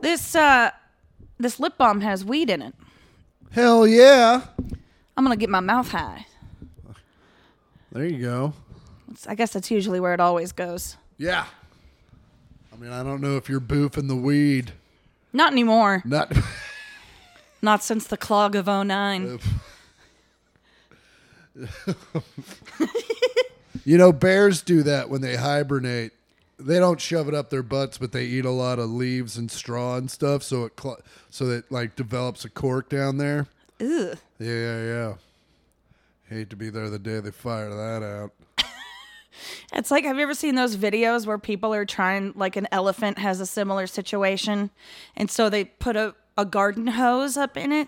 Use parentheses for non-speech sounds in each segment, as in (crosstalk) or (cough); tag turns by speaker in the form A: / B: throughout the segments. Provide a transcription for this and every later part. A: This uh, this lip balm has weed in it.
B: Hell yeah.
A: I'm gonna get my mouth high.
B: There you go.
A: It's- I guess that's usually where it always goes.
B: Yeah. I mean, I don't know if you're boofing the weed.
A: Not anymore.
B: Not. (laughs)
A: Not since the clog of 09.
B: you know, bears do that when they hibernate. They don't shove it up their butts, but they eat a lot of leaves and straw and stuff, so it cl- so that like develops a cork down there.
A: Ugh.
B: Yeah, yeah, yeah. Hate to be there the day they fire that out.
A: It's like, have you ever seen those videos where people are trying, like, an elephant has a similar situation? And so they put a, a garden hose up in it,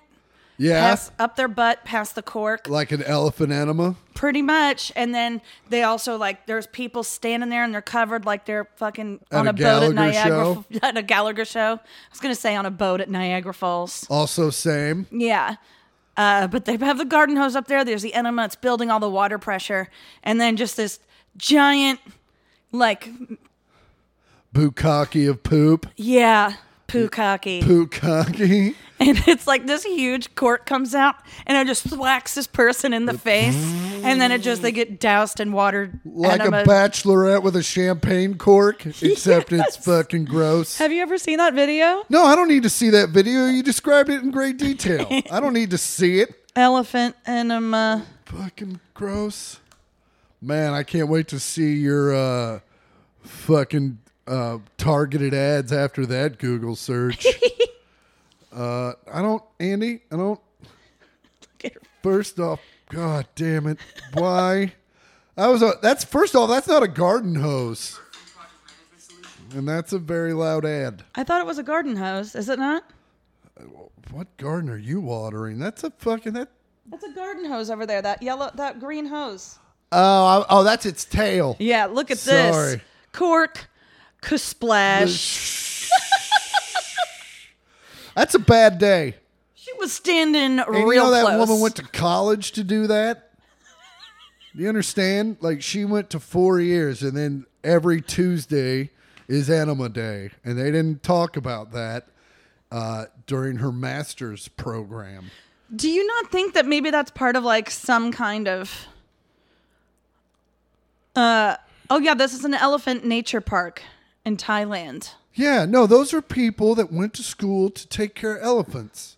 B: Yeah,
A: pass up their butt, past the cork,
B: like an elephant enema.
A: pretty much. And then they also, like, there's people standing there and they're covered like they're fucking
B: At
A: on
B: a
A: a, boat at
B: Gallagher
A: Niagara,
B: show?
A: (laughs) at a Gallagher show. I was going to say on a boat at Niagara Falls.
B: Also, same.
A: Yeah. Uh, but they have the garden hose up there. There's the enema. It's building all the water pressure. And then just this giant, like,
B: Bukkake of poop.
A: yeah, pukaki.
B: Bukkake.
A: (laughs) And it's like this huge cork comes out and it just thwacks this person in the face. And then it just, they get doused in water.
B: Like
A: enema.
B: a bachelorette with a champagne cork, except it's fucking gross.
A: Have you ever seen that video?
B: No, I don't need to see that video. You described it in great detail. I don't need to see it.
A: Elephant uh, enema.
B: Fucking gross. Man, I can't wait to see your uh, fucking uh, targeted ads after that Google search. uh, I don't, Andy, I don't. First off, god damn it. Why? I was a, that's first off, that's not a garden hose. And that's a very loud ad.
A: I thought it was a garden hose. Is it not?
B: What garden are you watering? That's a fucking that
A: That's a garden hose over there. That yellow, that green hose.
B: Oh, I- oh, that's its tail.
A: Yeah, look at this.
B: Sorry.
A: Cork, splash.
B: That's a bad day.
A: She was standing
B: And
A: real
B: you know that
A: close.
B: woman went to college to do that. Do you understand? Like she went to four years, and then every Tuesday is Anima Day, and they didn't talk about that uh, during her master's program.
A: Do you not think that maybe that's part of like some kind of? Uh oh yeah, this is an elephant nature park in Thailand.
B: Yeah, no, those are people that went to school to take care of elephants.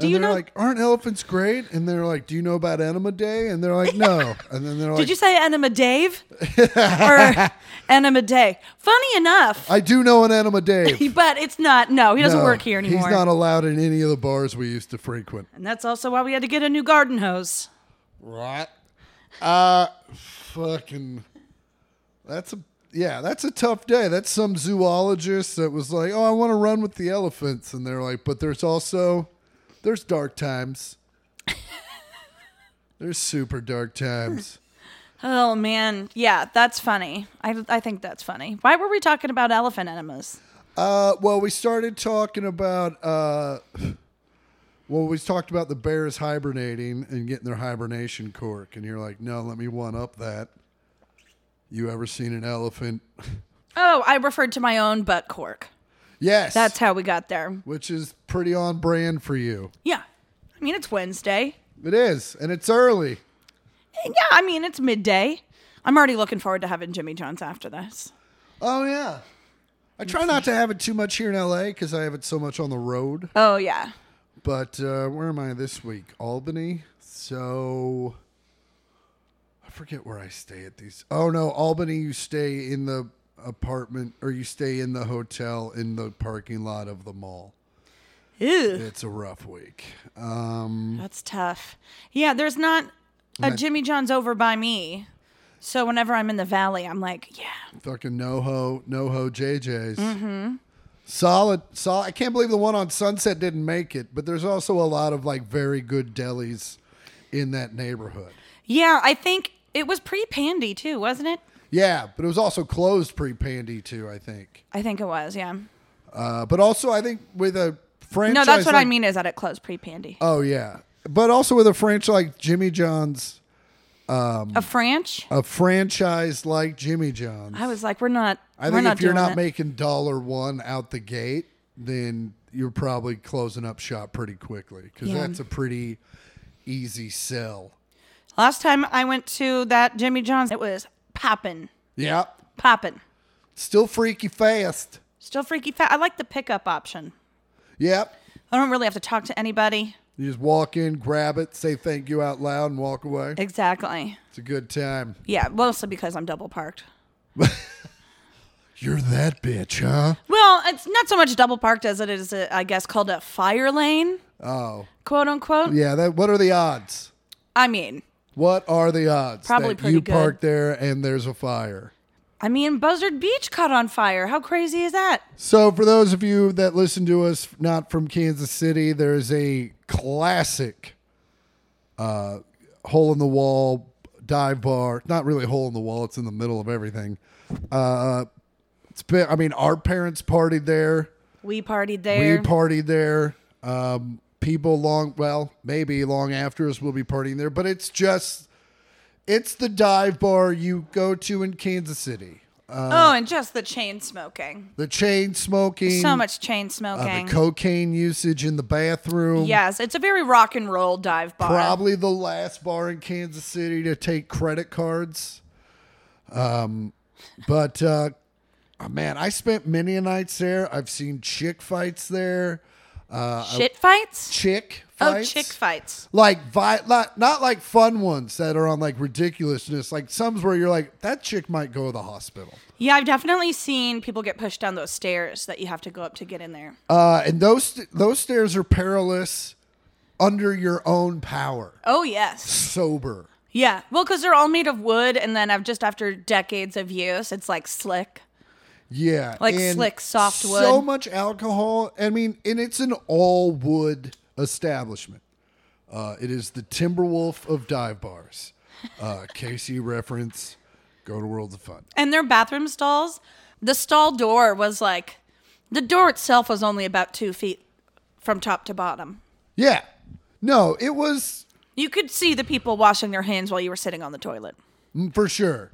A: Do
B: And
A: you
B: they're
A: know-
B: like, aren't elephants great? And they're like, do you know about Enema Day? And they're
A: (laughs)
B: like, no. And then they're like,
A: Did you say Enema Dave
B: (laughs)
A: or Enema Day? Funny enough,
B: I do know an
A: (laughs)
B: Enema Dave.
A: but it's not. No, he doesn't
B: No,
A: work here anymore.
B: He's not allowed in any of the bars we used to frequent.
A: and that's also why we had to get a new garden hose.
B: Right. Uh fucking That's a yeah, that's a tough day. That's some zoologist that was like, "Oh, I want to run with the elephants." And they're like, "But there's also there's dark times." (laughs) there's super dark times.
A: Oh man, yeah, that's funny. I I think that's funny. Why were we talking about elephant enemas?
B: Uh, well, we started talking about uh, well, we talked about the bears hibernating and getting their hibernation cork, and you're like, no, let me one up that. You ever seen an elephant?
A: Oh, I referred to my own butt cork.
B: Yes,
A: That's how we got there.
B: which is pretty on brand for you.
A: Yeah. I mean, it's Wednesday.
B: It is, and it's early.
A: And yeah, I mean, it's midday. I'm already looking forward to having Jimmy John's after this.
B: Oh yeah, I try not to have it too much here in LA because I have it so much on the road.
A: Oh, yeah.
B: But uh, where am I this week? Albany. So I forget where I stay at these. Oh no, Albany. You stay in the apartment or you stay in the hotel in the parking lot of the mall.
A: Ew,
B: It's a rough week. Um,
A: that's tough. Yeah, there's not a Jimmy John's over by me. So whenever I'm in the valley, I'm like, yeah.
B: fucking NoHo, NoHo JJ's.
A: Mm-hmm.
B: Solid, solid. I can't believe the one on Sunset didn't make it. But there's also a lot of like very good delis in that neighborhood.
A: Yeah, I think it was pre Pandy too, wasn't it?
B: Yeah, but it was also closed pre-Pandy too. I think.
A: I think it was, yeah.
B: Uh, but also, I think with a franchise.
A: No, that's what I
B: like-
A: mean is that it closed pre Pandy.
B: Oh yeah, but also with a franchise like Jimmy John's,
A: a French?
B: a franchise like Jimmy John's.
A: I was like, we're not.
B: I
A: we're
B: think
A: not
B: if you're
A: doing
B: not
A: it.
B: making dollar one out the gate, then you're probably closing up shop pretty quickly because
A: Yeah.
B: that's a pretty easy sell.
A: Last time I went to that Jimmy John's, it was popping,
B: Yeah,
A: popping.
B: still freaky fast.
A: Still freaky fat. I like the pickup option.
B: Yep.
A: I don't really have to talk to anybody.
B: You just walk in, grab it, say thank you out loud, and walk away.
A: Exactly.
B: It's a good time.
A: Yeah, mostly because I'm double parked.
B: You're that bitch, huh?
A: Well, it's not so much double parked as it is, uh, I guess, called a fire lane,
B: Oh,
A: quote unquote.
B: yeah. That. What are the odds?
A: I mean,
B: What are the odds
A: Probably
B: that
A: pretty
B: you
A: good.
B: park there and there's a fire?
A: I mean, Buzzard Beach caught on fire. How crazy is that?
B: So, for those of you that listen to us not from Kansas City, there's a classic uh, hole in the wall dive bar. Not really hole in the wall, it's in the middle of everything. Uh, it's been, I mean, our parents partied there,
A: We partied
B: we
A: there.
B: partied there. Um, people long, well, maybe long after us will be partying there, but it's just, it's the dive bar you go to in Kansas City.
A: oh, and just the chain smoking.
B: The chain smoking.
A: So much chain
B: Uh,
A: smoking.
B: the cocaine usage in the bathroom.
A: yes, it's a very rock and roll dive bar.
B: Probably the last bar in Kansas City to take credit cards. Um, but uh, oh, man, I spent many a nights there. I've seen chick fights there.
A: Shit fights?
B: Chick
A: Oh,
B: uh, fights.
A: chick fights.
B: Like vi- not not like fun ones that are on like ridiculousness. Like some where you're like that chick might go to the hospital.
A: Yeah, I've definitely seen people get pushed down those stairs that you have to go up to get in there.
B: Uh, and those those stairs are perilous under your own power.
A: Oh, yes.
B: Sober.
A: Yeah. Well, because they're all made of wood, and then I've just after decades of use, it's like slick.
B: Yeah.
A: Like
B: and
A: slick, soft
B: So
A: wood.
B: much alcohol. I mean, and it's an all wood establishment. Uh, it is the Timberwolf of dive bars. Uh, Casey reference. Go to Worlds of Fun.
A: And their bathroom stalls, the stall door was like, the door itself was only about two feet from top to bottom.
B: Yeah. No, it was
A: You could see the people washing their hands while you were sitting on the toilet.
B: mm, for sure.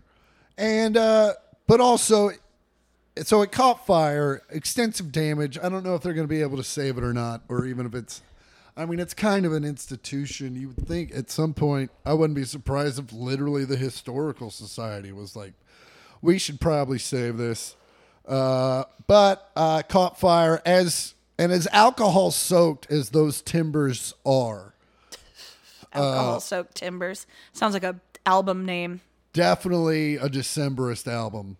B: And, uh, but also, so it caught fire, extensive damage. I don't know if they're going to be able to save it or not, or even if it's. I mean, it's kind of an institution. You would think at some point, I wouldn't be surprised if literally the historical society was like, "We should probably save this," uh, but uh, caught fire as and as alcohol soaked as those timbers are.
A: Alcohol
B: Uh,
A: soaked timbers. Sounds like a album name.
B: Definitely a Decemberist album.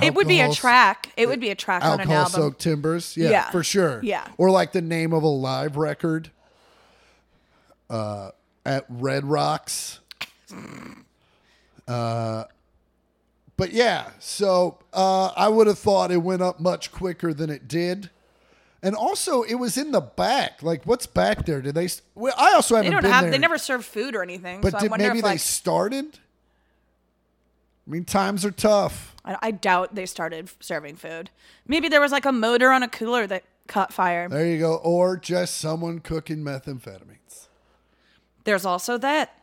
A: it would be a
B: Alcohol-
A: track. It would be a track on an
B: alcohol
A: album.
B: soaked timbers. Yeah,
A: Yeah.
B: for sure.
A: Yeah.
B: Or like the name of a live record uh, at Red Rocks. Uh, but yeah, so uh, I would have thought it went up much quicker than it did. And also, it was in the back. Like, what's back there? Did they? s- Well, I also
A: They
B: haven't
A: don't
B: been
A: have.
B: there.
A: They never serve food or anything.
B: But
A: so I
B: did,
A: wonder
B: maybe
A: if
B: they
A: like
B: started. I mean, times are tough.
A: I, I doubt they started f- serving food. Maybe there was like a motor on a cooler that caught fire.
B: There you go. Or just someone cooking methamphetamines.
A: There's also that.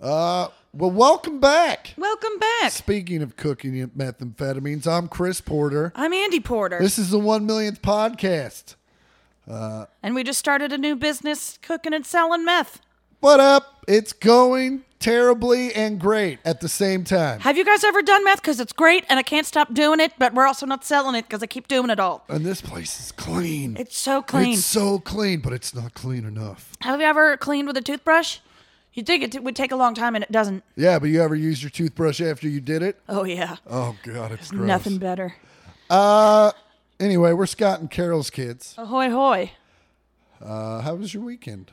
B: Uh, Well, welcome back.
A: Welcome back.
B: Speaking of cooking methamphetamines, I'm Chris Porter.
A: I'm Andy Porter,
B: This is the one millionth podcast.
A: and we just started a new business cooking and selling meth.
B: What up? It's going terribly and great at the same time.
A: Have you guys ever done meth? Because it's great, and I can't stop doing it, but we're also not selling it because I keep doing it all.
B: And this place is clean.
A: It's so clean.
B: It's so clean, but it's not clean enough.
A: Have you ever cleaned with a toothbrush? You'd think it t- would take a long time, and it doesn't.
B: Yeah, but you ever used your toothbrush after you did it?
A: Oh, yeah.
B: Oh God, it's gross.
A: Nothing better.
B: Uh, anyway, we're Scott and Carol's kids.
A: Ahoy, hoy.
B: Uh, how was your weekend?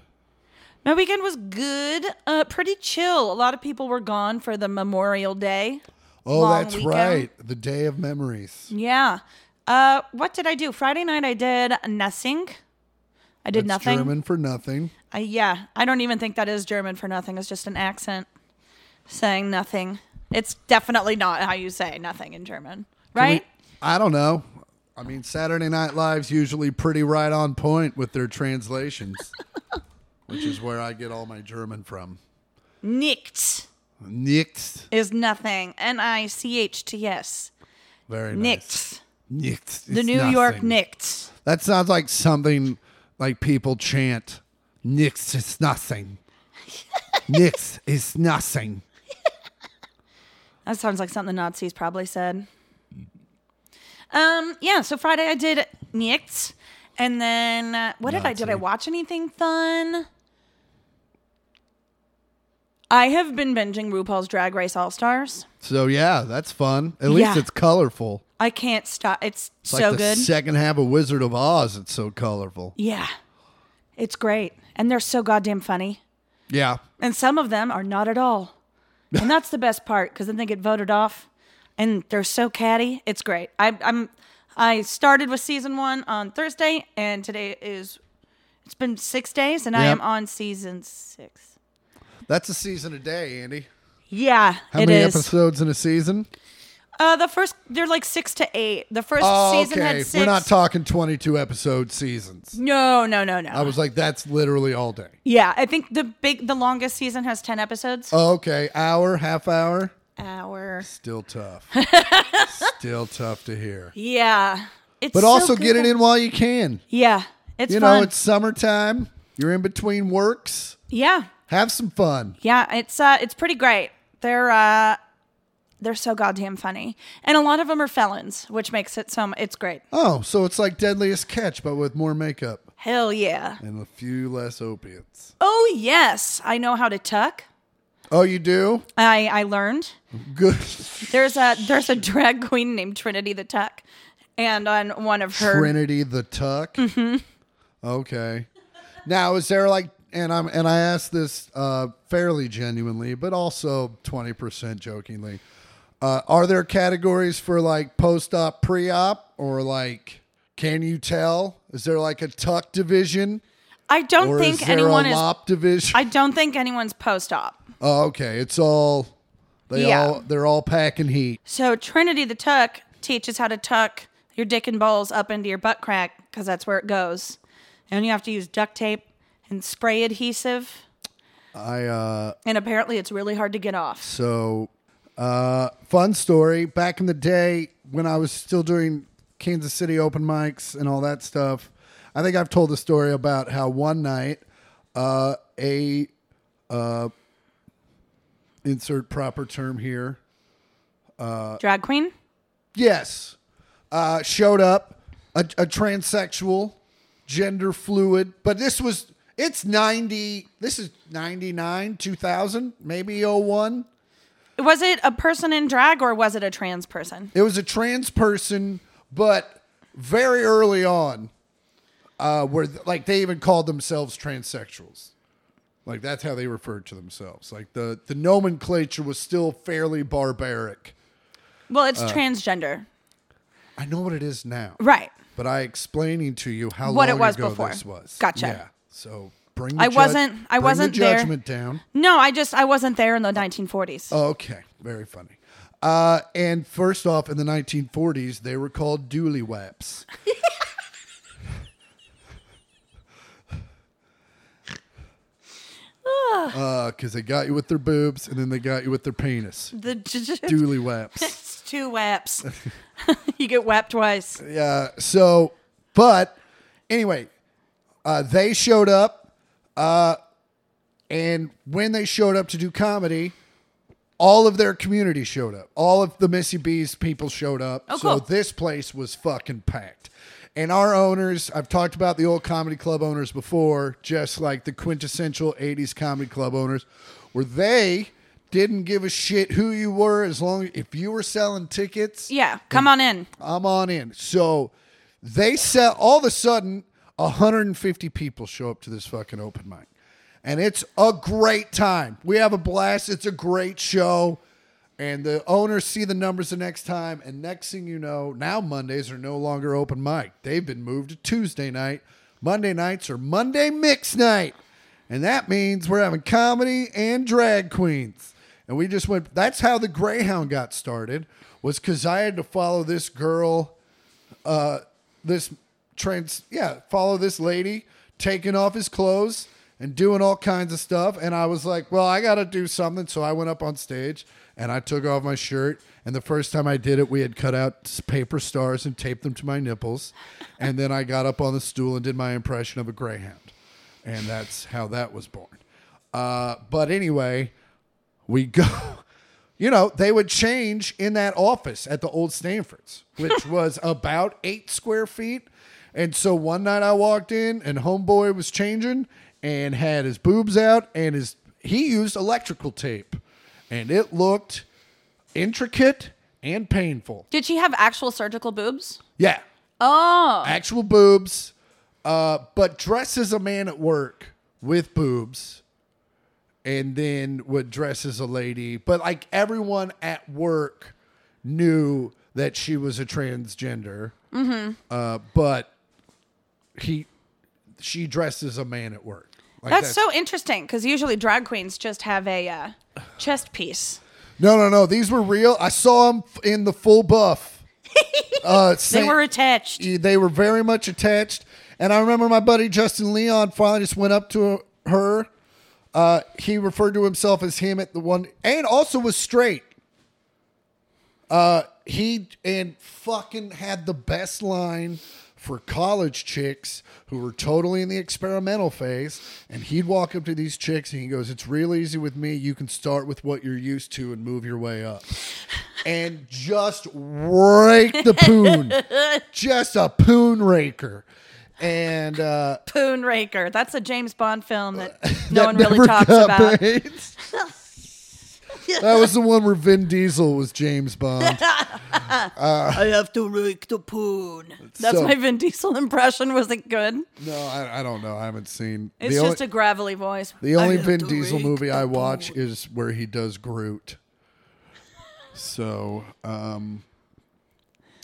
A: My weekend was good, uh, pretty chill. A lot of people were gone for the Memorial Day.
B: Oh,
A: Long
B: that's
A: weekend.
B: right. The day of memories.
A: Yeah. Uh, what did I do? Friday night I did nothing. I did
B: It's
A: nothing.
B: German for nothing.
A: I, yeah, I don't even think that is German for nothing. It's just an accent saying nothing. It's definitely not how you say nothing in German,
B: Can we-
A: right?
B: I don't know. I mean, Saturday Night Live's usually pretty right on point with
A: (laughs)
B: their translations, which is where I get all my German from.
A: Nichts
B: Nichts.
A: is nothing. N I C H T S.
B: Very nice.
A: Nichts.
B: It's-
A: The
B: it's
A: New York
B: nothing.
A: Knicks.
B: That sounds like something like people chant. Nix is
A: (laughs)
B: nothing. Nix is nothing.
A: That sounds like something the Nazis probably said. Um, yeah, so Friday I did Nichts. And then uh, what did I did I
B: Nazi.
A: watch anything fun? I have been binging RuPaul's Drag Race All Stars.
B: So yeah, that's fun. At least
A: Yeah.
B: it's colorful.
A: I can't stop. It's,
B: It's
A: so
B: like the
A: good.
B: second half of Wizard of Oz. It's so colorful.
A: yeah. It's great. And they're so goddamn funny.
B: Yeah.
A: And some of them are not at all. And that's the best part because then they get voted off and they're so catty. It's great. I, I'm I started with season one on Thursday and today is it's been six days and I
B: Yep.
A: am on season six.
B: That's a season a day, Andy.
A: Yeah,
B: How
A: it
B: many
A: is.
B: episodes in a season?
A: Uh, the first they're like six to eight. The first
B: Oh,
A: season
B: okay.
A: had 6
B: We're not talking 22 episode seasons.
A: no, no, no, no.
B: I was like, that's literally all day.
A: yeah, I think the big the longest season has ten episodes.
B: Oh. Okay. Hour, half hour.
A: Hour.
B: Still
A: (laughs)
B: tough. Still tough to hear.
A: Yeah, it's
B: But
A: so
B: also
A: good.
B: get it in while you can.
A: Yeah, it's
B: you
A: fun.
B: know, it's summertime. You're in between works.
A: yeah.
B: Have some fun.
A: Yeah, it's uh, it's pretty great. They're uh, they're so goddamn funny, and a lot of them are felons, which makes it so m- it's great.
B: Oh, so it's like Deadliest Catch, but with more makeup
A: Hell yeah!
B: and a few less opiates.
A: Oh yes, I know how to tuck.
B: Oh, you do?
A: I I learned
B: Good.
A: there's a there's a drag queen named Trinity the Tuck, and on one of her Mm-hmm.
B: Trinity the Tuck. Okay. Now, is there like, and I'm and I ask this uh, fairly genuinely, but also twenty percent jokingly. Uh, are there categories for like post-op, pre-op, or like can you tell? Is there like a tuck division,
A: I don't
B: or
A: think
B: is there
A: anyone
B: a
A: is.
B: lop division?
A: I don't think anyone's post op.
B: oh, okay, it's all they
A: Yeah.
B: all they're all packing heat.
A: So Trinity the Tuck teaches how to tuck your dick and balls up into your butt crack because that's where it goes, and you have to use duct tape and spray adhesive.
B: I uh,
A: And apparently, it's really hard to get off.
B: So, uh, fun story. Back in the day when I was still doing Kansas City open mics and all that stuff, I think I've told the story about how one night uh, a uh, insert proper term here.
A: Drag queen.
B: Yes, uh, showed up a, a transsexual, gender fluid, but this was it's ninety. This is ninety nine, two thousand, maybe 01.
A: Was it a person in drag or was it a trans person?
B: It was a trans person, but very early on, uh, where like they even called themselves transsexuals. Like that's how they referred to themselves. Like the the nomenclature was still fairly barbaric.
A: Well, it's transgender,
B: I know what it is now,
A: right?
B: but I explaining to you how
A: What it
B: long
A: was
B: ago
A: before.
B: this was.
A: Gotcha.
B: Yeah. So bring. The
A: I
B: judg-
A: wasn't- I
B: bring
A: wasn't
B: the
A: there.
B: judgment down.
A: No, I just I wasn't there in the 1940s.
B: Okay, very funny. Uh, and first off, in the 1940s, they were called dooleywaps. Because Uh, they got you with their boobs and then they got you with their penis.
A: (laughs) the
B: Dooleywaps.
A: it's two waps. (laughs) you get whapped twice.
B: Yeah. So, but anyway, uh, they showed up. Uh, and when they showed up to do comedy, all of their community showed up. All of the Missy B's people showed up.
A: Oh,
B: so
A: cool.
B: this place was fucking packed. And our owners, I've talked about the old comedy club owners before, just like the quintessential 80s comedy club owners, where they didn't give a shit who you were as long if you were selling tickets.
A: Yeah, come on in.
B: I'm on in. So they sell all of a sudden 150 people show up to this fucking open mic. And it's a great time. We have a blast. It's a great show. And the owners see the numbers the next time. And next thing you know, now Mondays are no longer open mic. They've been moved to Tuesday night. Monday nights are Monday mix night. And that means we're having comedy and drag queens. And we just went that's how the Greyhound got started was cuz I had to follow this girl uh, this trans yeah follow this lady taking off his clothes and doing all kinds of stuff. And I was like, well, I got to do something. So I went up on stage and I took off my shirt. And the first time I did it, we had cut out s- paper stars and taped them to my nipples. And then I got up on the stool and did my impression of a greyhound. And that's how that was born. Uh, but anyway, we go. (laughs) You know, they would change in that office at the old Stanford's, which was about eight square feet. And so one night I walked in and homeboy was changing and had his boobs out and his he used electrical tape. And it looked intricate and painful.
A: Did she have actual surgical boobs?
B: Yeah.
A: Oh,
B: Actual boobs. Uh, but dressed as a man at work with boobs. and then would dress as a lady. But like everyone at work knew that she was a transgender. Mm-hmm. Uh, but he, she dressed as a man at work. Like
A: that's, so interesting because usually drag queens just have a uh, chest piece.
B: no, no, no. These were real. I saw them in the full buff.
A: (laughs)
B: Uh,
A: They
B: Saint-
A: were attached.
B: They were very much attached. And I remember my buddy Justin Leon finally just went up to her. Uh, he referred to himself as him at the one, and also was straight. Uh, he and fucking had the best line for college chicks who were totally in the experimental phase. And he'd walk up to these chicks and he goes, "It's real easy with me. You can start with what you're used to and move your way up." And just rake the poon just a poon raker. And uh,
A: Poon Raker. That's a James Bond film
B: (laughs)
A: that (laughs) no one
B: that
A: really
B: never
A: talks
B: got
A: about.
B: made. that was the one where Vin Diesel was James Bond.
A: I have to rake the poon. (laughs) (laughs) That's
B: So-
A: my Vin Diesel impression. Was it good?
B: No, I, I don't know. I haven't seen.
A: It's
B: the
A: just
B: only,
A: a gravelly voice.
B: the
A: I
B: only
A: have
B: Vin
A: to
B: Diesel
A: rake
B: movie
A: the
B: I
A: poon.
B: watch is where he does Groot. So, um,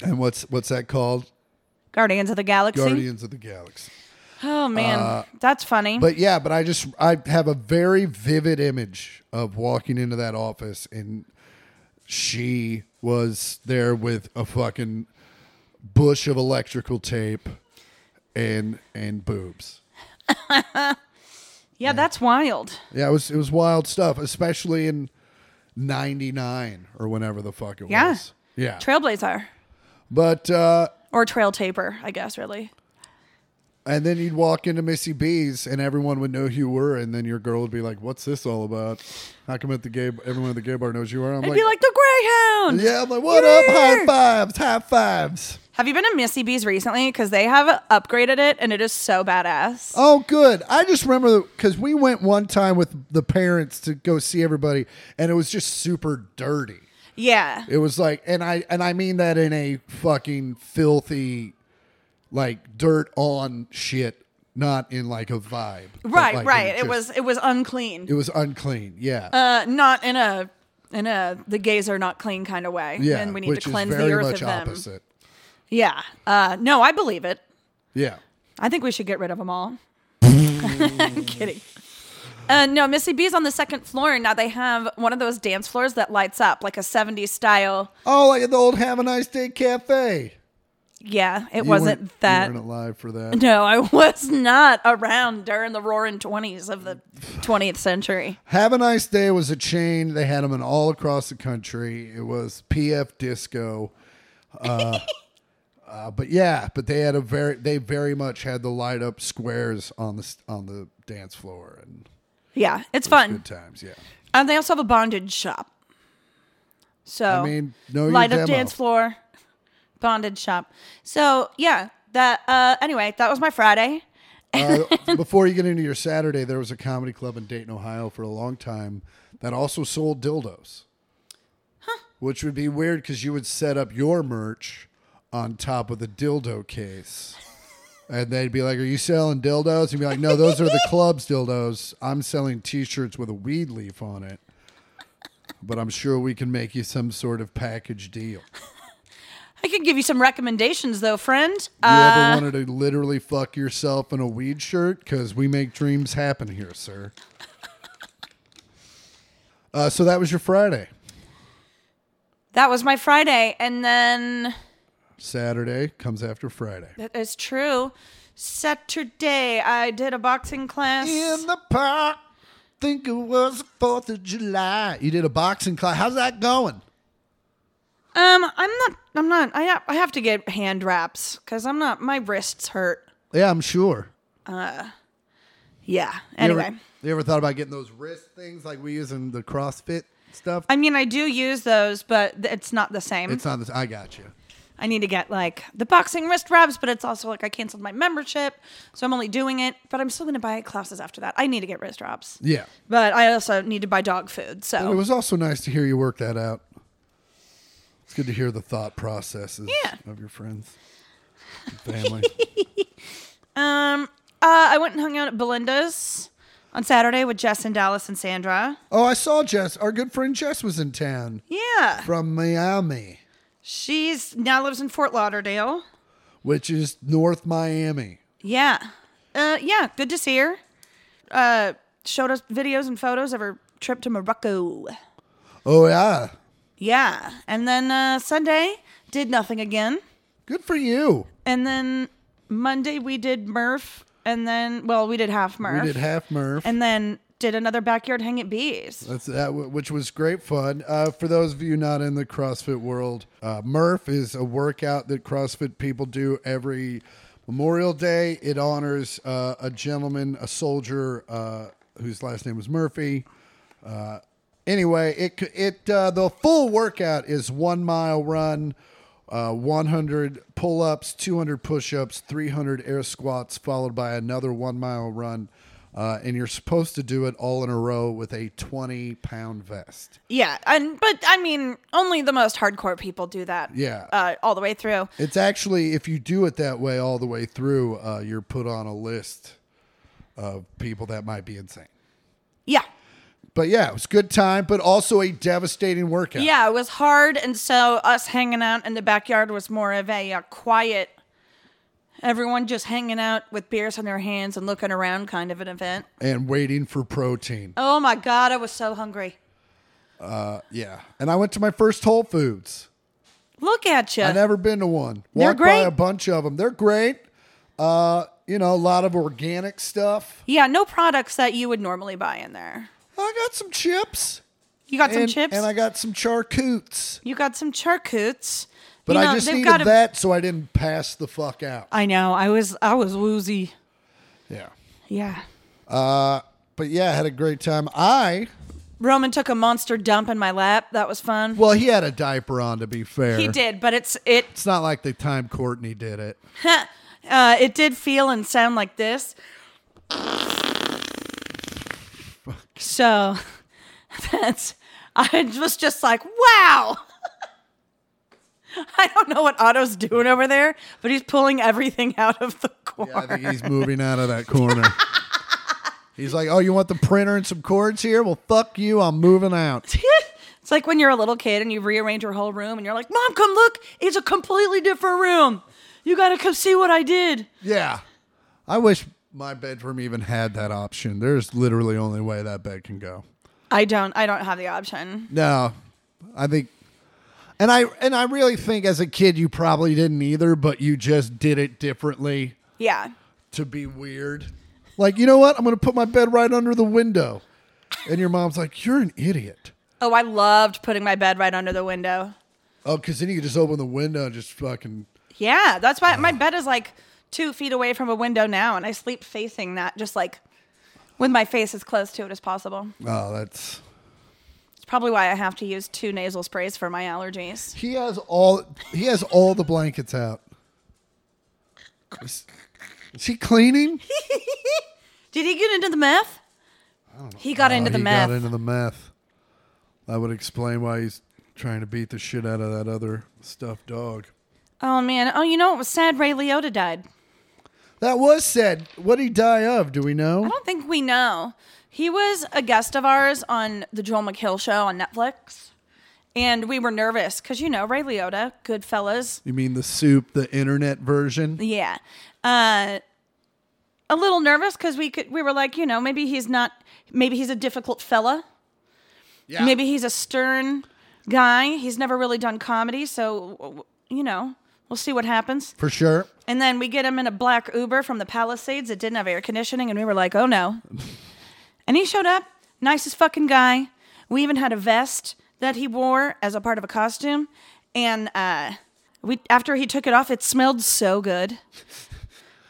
B: and what's what's that called?
A: Guardians of the Galaxy.
B: Guardians of the Galaxy.
A: Oh man, that's funny.
B: But yeah, but I just I have a very vivid image of walking into that office and she was there with a fucking bush of electrical tape and and boobs.
A: yeah, that's wild.
B: Yeah, it was it was wild stuff, especially in 99 or whenever the fuck it
A: Yeah.
B: was. Yeah.
A: Trailblazer
B: But uh
A: or trail taper, I guess. Really,
B: and then you'd walk into Missy B's and everyone would know who you were and then your girl would be like, "What's this all about? How come at the gay everyone at the gay bar knows you are?" I'm
A: I'd be like the Greyhound.
B: Yeah, I'm like, what
A: You're
B: up?
A: here."
B: High fives, high fives.
A: Have you been to Missy B's recently? Because they have upgraded it, and it is so badass.
B: Oh, good. I just remember because we went one time with the parents to go see everybody, and it was just super dirty.
A: Yeah,
B: It was like, and I and I mean that in a fucking filthy, like dirt on shit, not in like a vibe. but
A: right,
B: like in
A: right.
B: just-
A: it was it was unclean.
B: it was unclean. Yeah.
A: uh, not in a in a the gays are not clean kind of way.
B: yeah,
A: and we need
B: which
A: to cleanse
B: is very
A: the earth
B: much
A: of them.
B: opposite.
A: Yeah. Uh, no, I believe it.
B: Yeah.
A: I think we should get rid of them all. (laughs)
B: (laughs)
A: I'm kidding. Uh, no, Missy B's on the second floor. and Now they have one of those dance floors that lights up like a 70s style.
B: Oh, like at the old Have a Nice Day Cafe.
A: Yeah, it
B: You weren't-
A: wasn't
B: you
A: that. (laughs)
B: weren't alive for that.
A: No, I was not around during the roaring 20s of the 20th century.
B: Have a Nice Day was a chain. They had them in all across the country. It was PF Disco. Uh, (laughs) uh, but yeah, but they had a very, they very much had the light up squares on the on the dance floor and
A: Yeah, it's
B: good
A: fun.
B: times. Yeah,
A: And they also have a bondage shop. So
B: I mean, no,
A: light up dance floor bondage shop so yeah that uh anyway that was my friday
B: uh, before you get into your Saturday, there was a comedy club in Dayton, Ohio, for a long time that also sold dildos, which would be weird because you would set up your merch on top of the dildo case, and they'd be like, "Are you selling dildos?" And you'd be like, "No, those are the club's dildos. I'm selling T-shirts with a weed leaf on it." But I'm sure we can make you some sort of package deal.
A: i could give you some recommendations though friend
B: You
A: uh,
B: ever wanted to literally fuck yourself in a weed shirt? Because we make dreams happen here, (laughs) sir. Uh, so that was your Friday,
A: that was my friday and then
B: Saturday comes after Friday.
A: that is true Saturday, I did a boxing class.
B: In the park. Think it was the 4th of July. You did a boxing class. How's that going?
A: Um, I'm not. I'm not. I have, I have to get hand wraps because I'm not. My wrists hurt.
B: Yeah, I'm sure.
A: Yeah.
B: You ever-
A: Anyway,
B: you ever thought about getting those wrist things like we use in the CrossFit stuff?
A: I mean, I do use those, but th- it's not the same.
B: It's not this. I got you.
A: I need to get like the boxing wrist wraps, but it's also like I canceled my membership, so I'm only doing it. But I'm still going to buy classes after that. I need to get wrist wraps.
B: Yeah.
A: But I also need to buy dog food.
B: It
A: So
B: was also nice to hear you work that out. It's good to hear the thought processes
A: Yeah.
B: of your friends, and family. (laughs)
A: um, uh, I went and hung out at Belinda's on Saturday with Jess and Dallas and Sandra.
B: oh, I saw Jess. Our good friend Jess was in town
A: Yeah,
B: from Miami,
A: she's now lives in Fort Lauderdale.
B: which is North Miami.
A: Yeah. Uh, yeah, good to see her. Uh, showed us videos and photos of her trip to Morocco.
B: Oh yeah,
A: Yeah. And then uh, Sunday, did nothing again.
B: good for you.
A: And then Monday, we did Murph. And then, well, we did half Murph.
B: We did half Murph.
A: and then did another backyard hang at Bees.
B: That's that, w- which was great fun. Uh, for those of you not in the CrossFit world, uh, Murph is a workout that CrossFit people do every Memorial Day. It honors uh, a gentleman, a soldier uh, whose last name was Murphy. Anyway, it c- it uh, the full workout is one mile run, uh, 100 pull ups, 200 push ups, 300 air squats, followed by another one mile run, uh, and you're supposed to do it all in a row with a 20 pound vest.
A: Yeah. And, but I mean, only the most hardcore people do that.
B: Yeah.
A: Uh, all the way through.
B: It's actually if you do it that way all the way through, uh, you're put on a list of people that might be insane.
A: Yeah.
B: But yeah, it was a good time, but also a devastating workout.
A: Yeah, it was hard, and so us hanging out in the backyard was more of a uh, quiet, everyone just hanging out with beers in their hands and looking around kind of an event.
B: and waiting for protein.
A: Oh my god, I was so hungry.
B: Yeah, and I went to my first Whole Foods.
A: Look at you.
B: I've never been to one.
A: They're
B: Walked
A: great.
B: by a bunch of them. They're great. Uh, you know, a lot of organic stuff.
A: Yeah, no products that you would normally buy in there.
B: I got some chips.
A: You got some
B: and,
A: chips.
B: And I got some charcutes.
A: you got some charcutes.
B: But
A: You
B: I
A: know,
B: just
A: they've
B: needed
A: got a-
B: that so I didn't pass the fuck out.
A: I know. I was. I was woozy.
B: Yeah.
A: Yeah.
B: But yeah, I had a great time. I,
A: Roman took a monster dump in my lap. That was fun.
B: well, he had a diaper on, to be fair.
A: he did, but it's it
B: It's not like the time Courtney
A: (laughs)
B: did it.
A: uh, it did feel and sound like this. So (laughs) that's I was just like, wow. (laughs) I don't know what Otto's doing over there, but he's pulling everything out of the
B: Yeah, I
A: corner.
B: think he's moving out of
A: (laughs)
B: that corner. he's like, oh, you want the printer and some cords here? Well, fuck you. I'm moving out.
A: (laughs) it's like when you're a little kid and you rearrange your whole room and you're like, Mom, come look. It's a completely different room. You got to come see what I did.
B: Yeah. I wish my bedroom even had that option. There's literally only way that bed can go.
A: I don't I don't have the option.
B: No. I think and I and I really think as a kid you probably didn't either, but you just did it differently
A: Yeah.
B: to be weird. Like, you know what? I'm going to put my bed right under the window. And your mom's like, "You're an idiot."
A: Oh, I loved putting my bed right under the window.
B: Oh, cuz then you could just open the window and just fucking
A: Yeah, that's why my bed is like two feet away from a window now, and I sleep facing that, just like with my face as close to it as possible.
B: Oh, that's
A: It's probably why I have to use two nasal sprays for my allergies.
B: He has all he has all the blankets out. Is, is he cleaning?
A: Did he get into the meth? He got into
B: Oh,
A: the
B: he
A: meth.
B: Got into the meth. That would explain why he's trying to beat the shit out of that other stuffed dog.
A: oh man. Oh, you know it was sad. Ray Liotta died.
B: That was said. What did he die of? Do we
A: I
B: know?
A: don't think we know. He was a guest of ours on the Joel McHill show on Netflix, and we were nervous because you know Ray Liotta, Goodfellas,
B: You mean the soup, the internet version?
A: Yeah. Uh a little nervous cuz we could we were like, you know, maybe he's not maybe he's a difficult fella.
B: Yeah.
A: Maybe he's a stern guy. He's never really done comedy, so you know, we'll see what happens.
B: For sure.
A: And then we get him in a black Uber from the Palisades that didn't have air conditioning, and we were like, oh no. and he showed up, nicest fucking guy. We even had a vest that he wore as a part of a costume, and uh, we after he took it off, it smelled so good.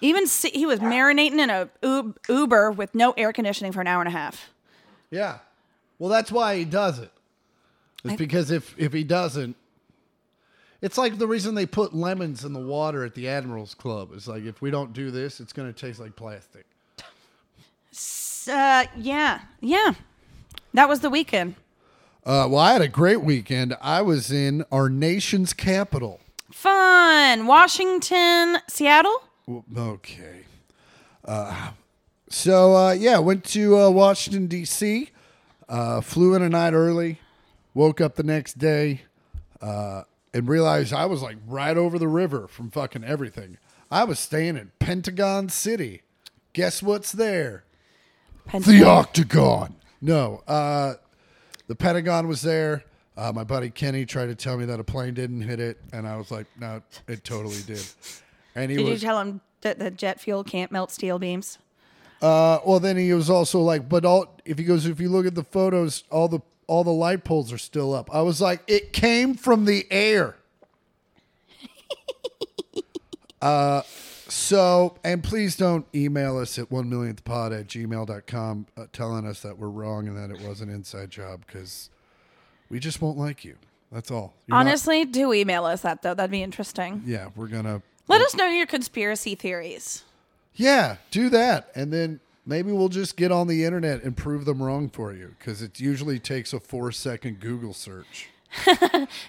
A: Even si he was marinating in a Ub- Uber with no air conditioning for an hour and a half.
C: Yeah. Well, that's why he does it. It's because if if he doesn't, it's like the reason they put lemons in the water at the Admirals Club. It's like if we don't do this, it's going to taste like plastic.
A: S- Uh, yeah, yeah. That was the weekend.
B: Uh, well, I had a great weekend. I was in our nation's capital.
A: Fun. Washington, Seattle.
B: Well, Okay. Uh, so uh, yeah, went to uh, Washington D.C. Uh, flew in a night early, woke up the next day, uh, and realized I was like right over the river from fucking everything. I was staying in Pentagon City. Guess what's there? The Octagon. No, uh, the Pentagon was there. Uh, my buddy Kenny tried to tell me that a plane didn't hit it, and I was like, "No, it totally did." And he
A: Did you
B: was,
A: tell him that the jet fuel can't melt steel beams?
B: Uh, well, then he was also like, but all if he goes, if you look at the photos, all the all the light poles are still up. I was like, it came from the air. uh, so and please don't email us at one millionth pod at gmail.com uh, telling us that we're wrong and that it was an inside job because we just won't like you. That's all. You're not-
A: Honestly, do email us that though. That'd be interesting.
B: yeah, we're gonna
A: Let us know your conspiracy theories.
B: Yeah, do that. And then maybe we'll just get on the internet and prove them wrong for you because it usually takes a four second Google search.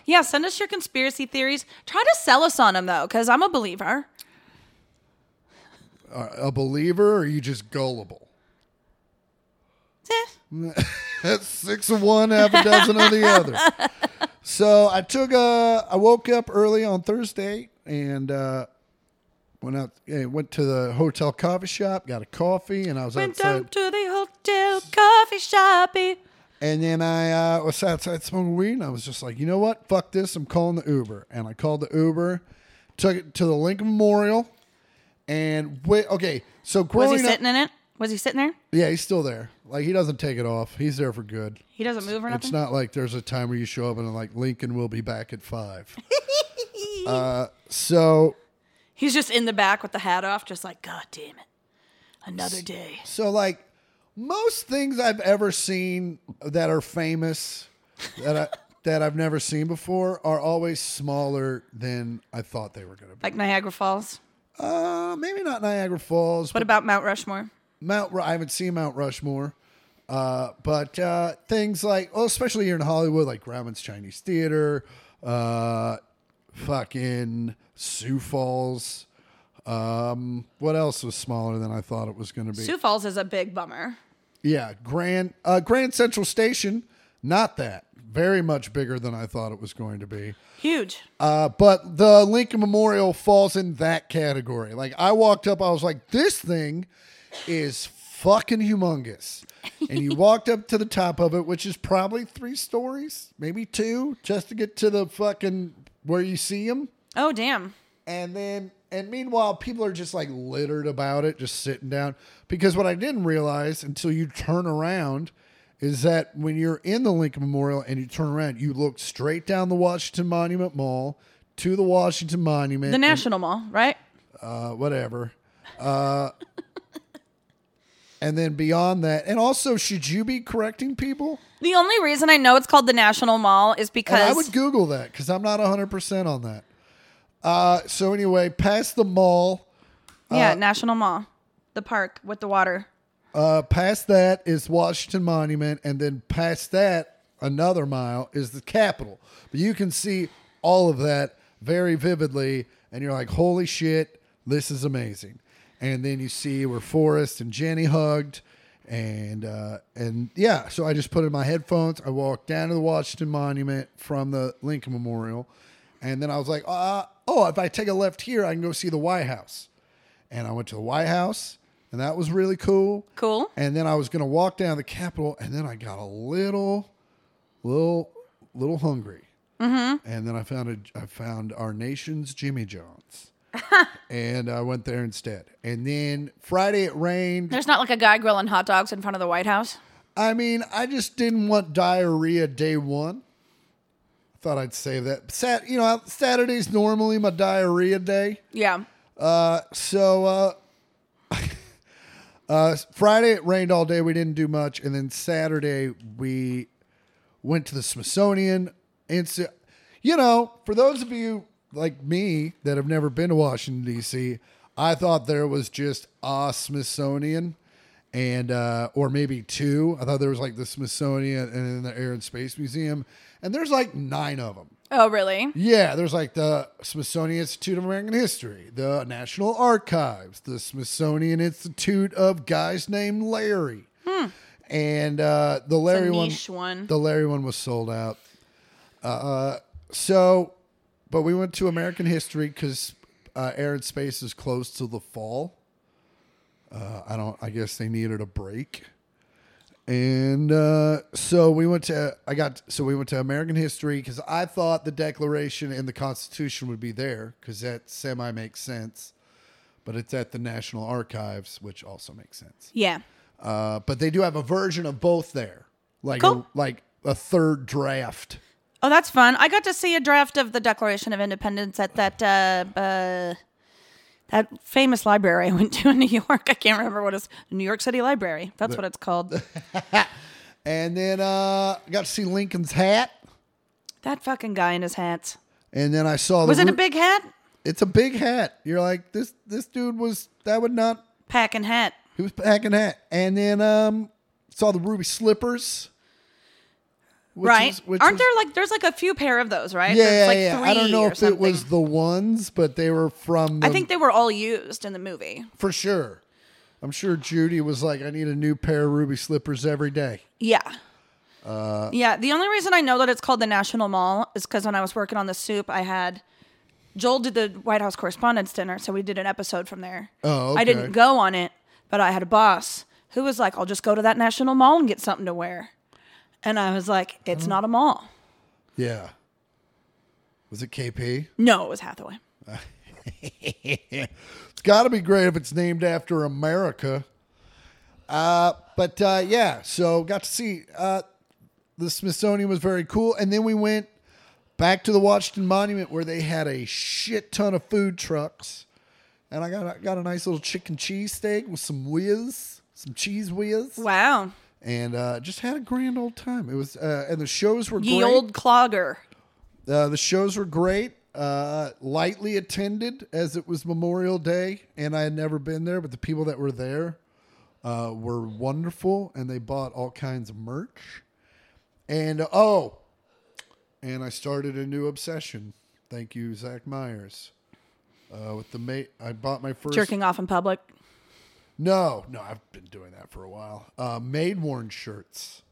A: Yeah, send us your conspiracy theories. Try to sell us on them though, because I'm a believer.
B: Are- A believer or are you just gullible?
A: Eh.
B: That's six of one, half a dozen of the
A: (laughs)
B: other. So I took a, I woke up early on Thursday and, uh, Went out, eh, went to the hotel coffee shop, got a coffee, and I was
A: Went
B: outside.
A: down to the hotel coffee shoppy.
B: And then I uh, was outside smoking weed, and I was just like, you know what? Fuck this. I'm calling the Uber. And I called the Uber, took it to the Lincoln Memorial, and wait. Okay, so
A: Was
B: growing
A: he
B: up,
A: sitting in it? Was he sitting there?
B: yeah, he's still there. Like he doesn't take it off. He's there for good.
A: He doesn't move or
B: It's
A: nothing.
B: not like there's a time where you show up and like Lincoln will be back
A: (laughs)
B: at five. uh, so
A: He's just in the back with the hat off, just like God damn it, another day.
B: So like most things I've ever seen that are famous that I that I've never seen before are always smaller than I thought they were going to be.
A: Like Niagara Falls.
B: Uh, maybe not Niagara Falls,
A: What
B: but
A: about Mount Rushmore?
B: Mount. Ru- I haven't seen Mount Rushmore. Uh, but uh, things like, oh, especially here in Hollywood, like Grauman's Chinese Theater, uh, fucking Sioux Falls. Um, what else was smaller than I thought it was going to be?
A: Sioux Falls is a big bummer.
B: Yeah, Grand uh, Grand Central Station, not that very much bigger than I thought it was going to be.
A: Huge.
B: Uh, but the Lincoln Memorial falls in that category. Like I walked up, I was like, this thing is fucking humongous. And you walked up to the top of it, which is probably three stories, maybe two, just to get to the fucking where you see them.
A: Oh damn.
B: And then, and meanwhile, people are just like littered about it, just sitting down. Because what I didn't realize until you turn around is that when you're in the Lincoln Memorial and you turn around, you look straight down the Washington Monument Mall to the Washington Monument,
A: The National Mall, right?
B: uh, whatever. Uh, (laughs) and then beyond that, and also, should you be correcting people?
A: The only reason I know it's called the National Mall is because
B: And Oh, I would Google that because I'm not 100% on that. Uh, so, anyway, past the mall,
A: yeah, National Mall, the park with the water.
B: Uh, past that is Washington Monument, and then past that, another mile is the Capitol. But you can see all of that very vividly, and you're like, "Holy shit, this is amazing!" And then you see where Forrest and Jenny hugged, and uh, and yeah. So I just put in my headphones. I walked down to the Washington Monument from the Lincoln Memorial, and then I was like, uh, "Oh, if I take a left here, I can go see the White House." and I went to the White House, and that was really cool.
A: Cool.
B: And then I was gonna walk down the Capitol, and then I got a little, little, little hungry. Mm-hmm. And then I found a, I found our nation's Jimmy John's, and I went there instead. And then Friday it rained.
A: There's not like a guy grilling hot dogs in front of the White House.
B: I mean, I just didn't want diarrhea day one. I thought I'd save that. Sat, you know, Saturday's normally my diarrhea day.
A: Yeah.
B: Uh, so uh, (laughs) uh, Friday it rained all day. We didn't do much, and then Saturday we went to the Smithsonian. And so, you know, for those of you like me that have never been to Washington D.C., I thought there was just a Smithsonian, and uh, or maybe two. I thought there was like the Smithsonian and then the Air and Space Museum, and there's like nine of them.
A: Oh, really?
B: Yeah, there's like the Smithsonian Institute of American History, the National Archives, the Smithsonian Institute of Guys Named Larry, and uh, the Larry
A: niche one.
B: The Larry one was sold out. Uh, so, but we went to American History because uh, Air and Space is closed till the fall. Uh, I don't. I guess they needed a break. And uh, so we went to I got so we went to American history because I thought the Declaration and the Constitution would be there because that semi makes sense, but it's at the National Archives, which also makes sense.
A: Yeah.
B: Uh, but they do have a version of both there, like
A: Cool.
B: a, like a third draft.
A: Oh, that's fun. I got to see a draft of the Declaration of Independence at that uh, uh, that famous library I went to in (laughs) New York. I can't remember what it's New York City Library. That's what it's called.
B: (laughs) And then uh, I got to see Lincoln's hat,
A: that fucking guy in his hats.
B: and then I saw the
A: Was it a
B: Ru-
A: big hat?
B: It's a big hat. You're like this. This dude was that would not
A: Packing hat.
B: He was packing that, and then um, saw the ruby slippers. which
A: right.
B: was- which
A: Aren't
B: was-
A: there like there's like a few pair of those, right?
B: Yeah,
A: There's,
B: yeah,
A: like
B: yeah. I don't
A: three
B: know
A: or
B: if it was
A: something.
B: the ones, but they were from.
A: I
B: the-
A: think they were all used in the movie.
B: for sure. I'm sure Judy was like, "I need a new pair of ruby slippers every day."
A: Yeah.
B: Uh,
A: yeah. The only reason I know that it's called the National Mall is because when I was working on the soup, I had Joel did the White House Correspondents' Dinner, so we did an episode from there.
B: Oh,
A: I
B: okay.
A: didn't go on it, but I had a boss who was like, "I'll just go to that National Mall and get something to wear," and I was like,
B: Oh.
A: "It's not a mall."
B: Yeah. Was it KP?
A: No, it was Hathaway.
B: It's got to be great if it's named after America. Uh, but uh, yeah, so got to see uh, the Smithsonian was very cool, and then we went back to the Washington Monument where they had a shit ton of food trucks, and I got got a nice little chicken cheese steak with some whiz, some cheese whiz,
A: Wow,
B: and uh, just had a grand old time. It was, uh, and the shows were
A: ye
B: great.
A: old clogger.
B: Uh, the shows were great, uh, lightly attended as it was Memorial Day, and I had never been there, but the people that were there uh, were wonderful, and they bought all kinds of merch. And uh, oh, and I started a new obsession. Thank you, Zach Myers. Uh, with the mate, I bought my first.
A: jerking off in public.
B: No, no, I've been doing that for a while. Uh, maid worn shirts.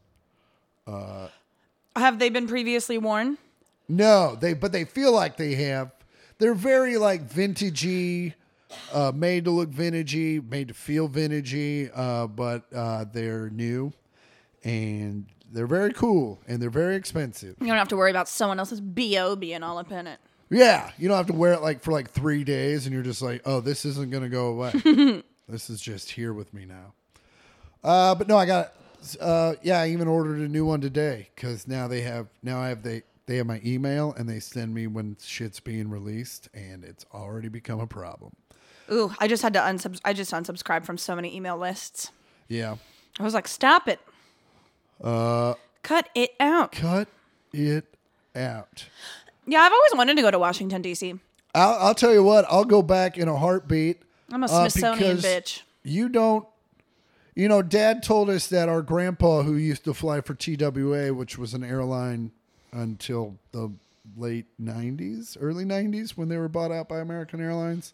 A: Have they been previously worn?
B: No, they but they feel like they have. They're very like vintagey, uh, made to look vintagey, made to feel vintagey, uh, but uh, they're new and they're very cool and they're very expensive.
A: You don't have to worry about someone else's bo being all up in it.
B: Yeah, you don't have to wear it like for like three days, and you're just like, oh, this isn't gonna go away. this is just here with me now. Uh, but no, I got. Uh, yeah, I even ordered a new one today because now they have now I have they they have my email and they send me when shit's being released, and it's already become a problem.
A: Ooh, I just had to unsub. I just unsubscribed from so many email lists.
B: Yeah,
A: I was like, stop it.
B: Uh,
A: Cut it out.
B: cut it out.
A: Yeah, I've always wanted to go to Washington D.C.
B: I'll, I'll tell you what, I'll go back in a heartbeat.
A: I'm a
B: uh,
A: Smithsonian
B: because
A: bitch.
B: You don't, you know, dad told us that our grandpa, who used to fly for TWA, which was an airline until the late 90s, early 90s, when they were bought out by American Airlines.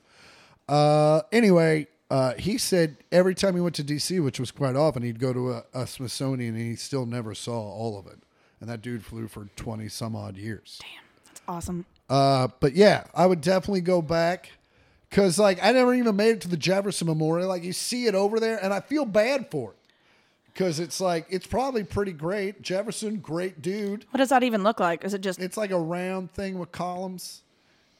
B: Uh, anyway, uh, he said every time he went to DC, which was quite often, he'd go to a, a Smithsonian and he still never saw all of it. And that dude flew for 20 some odd years.
A: That's awesome.
B: Uh, but yeah, I would definitely go back because like I never even made it to the Jefferson Memorial. Like you see it over there, and I feel bad for it because it's like it's probably pretty great. Jefferson, great dude.
A: What does that even look like? Is it just
B: It's like a round thing with columns,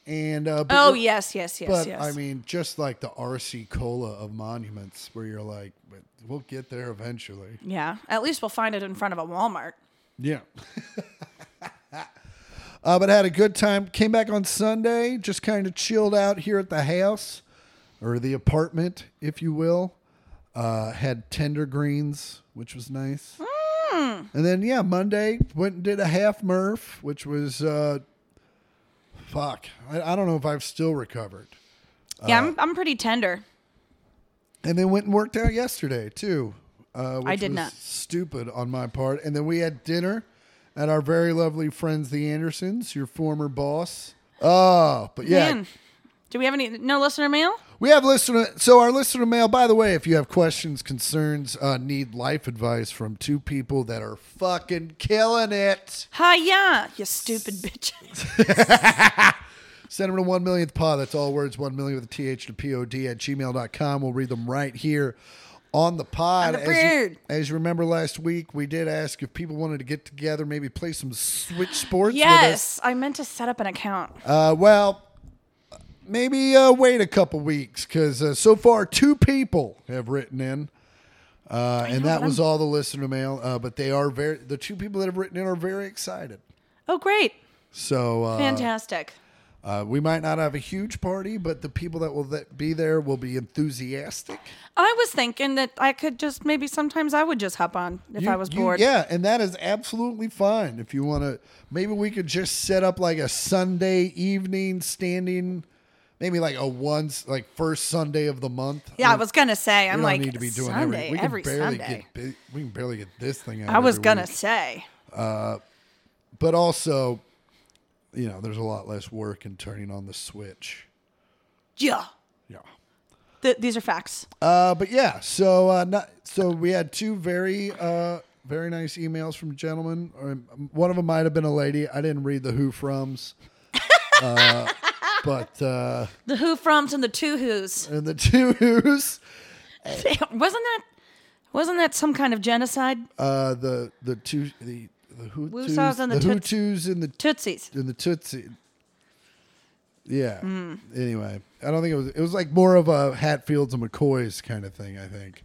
B: And uh, but
A: Oh
B: you're-
A: yes, yes, yes,
B: but
A: yes.
B: I mean, just like the RC cola of monuments, where you're like, but we'll get there eventually.
A: yeah. At least we'll find it in front of a Walmart.
B: Yeah. (laughs) uh, but had a good time. Came back on Sunday, just kind of chilled out here at the house or the apartment, if you will. Uh, had tender greens, which was nice. And then, yeah, Monday went and did a half Murph, which was uh, fuck. I, I don't know if I've still recovered. Uh,
A: yeah, I'm I'm pretty tender.
B: And then went and worked out yesterday too. Uh, which
A: I did
B: was
A: not.
B: Stupid on my part. And then we had dinner at our very lovely friends, the Andersons, your former boss. Oh, but yeah,
A: Man, do we have any no listener mail?
B: we have listener. So our listener mail. By the way, if you have questions, concerns, uh, need life advice from two people that are fucking killing it,
A: Hi, yeah, you stupid bitch. (laughs)
B: send them to one millionth pod. That's all words one million with a th to pod at gmail.com. We'll read them right here on the pod.
A: On the
B: as, you,
A: bird.
B: as you remember last week, we did ask if people wanted to get together, maybe play some Switch sports with us.
A: yes, I meant to set up an account.
B: Uh, well, maybe uh, wait a couple weeks because uh, so far two people have written in. Uh, and that was all the listener mail, uh, but they are very. The two people that have written in are very excited.
A: Oh, great.
B: So uh,
A: Fantastic.
B: uh, we might not have a huge party, but the people that will that be there will be enthusiastic.
A: I was thinking that I could just maybe sometimes I would just hop on if
B: You-
A: I was
B: you-
A: bored.
B: yeah, and that is absolutely fine. If you want to, maybe we could just set up like a Sunday evening standing, maybe like a once, like first Sunday of the month.
A: Yeah, I
B: mean,
A: was gonna say.
B: we
A: I'm
B: don't
A: like
B: need to be doing
A: Sunday
B: every, we can
A: every
B: barely
A: Sunday.
B: Get, bu- we can barely get this thing out.
A: I was
B: every
A: gonna
B: week.
A: say.
B: but also, you know, there's a lot less work in turning on the switch.
A: Yeah.
B: Yeah.
A: Th- these are facts.
B: Uh, but yeah, so uh, not, so we had two very uh, very nice emails from gentlemen. Or, um, One of them might have been a lady. I didn't read the who froms, uh, (laughs) but uh,
A: The who froms and the two who's.
B: and the two who's
A: (laughs) wasn't that wasn't that some kind of genocide?
B: uh, the the two the the who
A: Wusaws and the
B: the
A: Toots-
B: Hutus and the
A: Tootsies.
B: and the Tootsie. Yeah.
A: Hmm.
B: Anyway, I don't think it was. It was like more of a Hatfields and McCoys kind of thing. I think.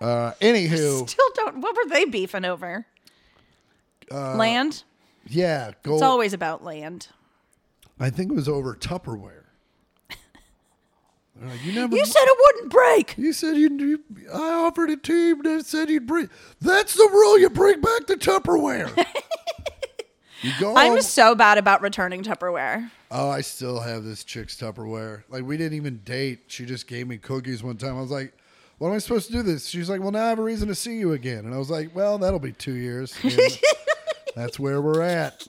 B: Uh, anywho,
A: Still don't. What were they beefing over?
B: Uh,
A: land.
B: yeah, gold.
A: It's always about land.
B: I think it was over Tupperware. They're like, you never.
A: You said it wouldn't break.
B: you said you, you- I offered it to you, and it said you'd bring. That's the rule. You bring back
A: (laughs)
B: the Tupperware. you go.
A: I'm
B: home-
A: so bad about returning Tupperware.
B: oh, I still have this chick's Tupperware. Like we didn't even date. She just gave me cookies one time. I was like, "What am I supposed to do this?" She's like, "Well, now I have a reason to see you again." And I was like, "Well, that'll be
A: (laughs)
B: two years." And that's where we're at.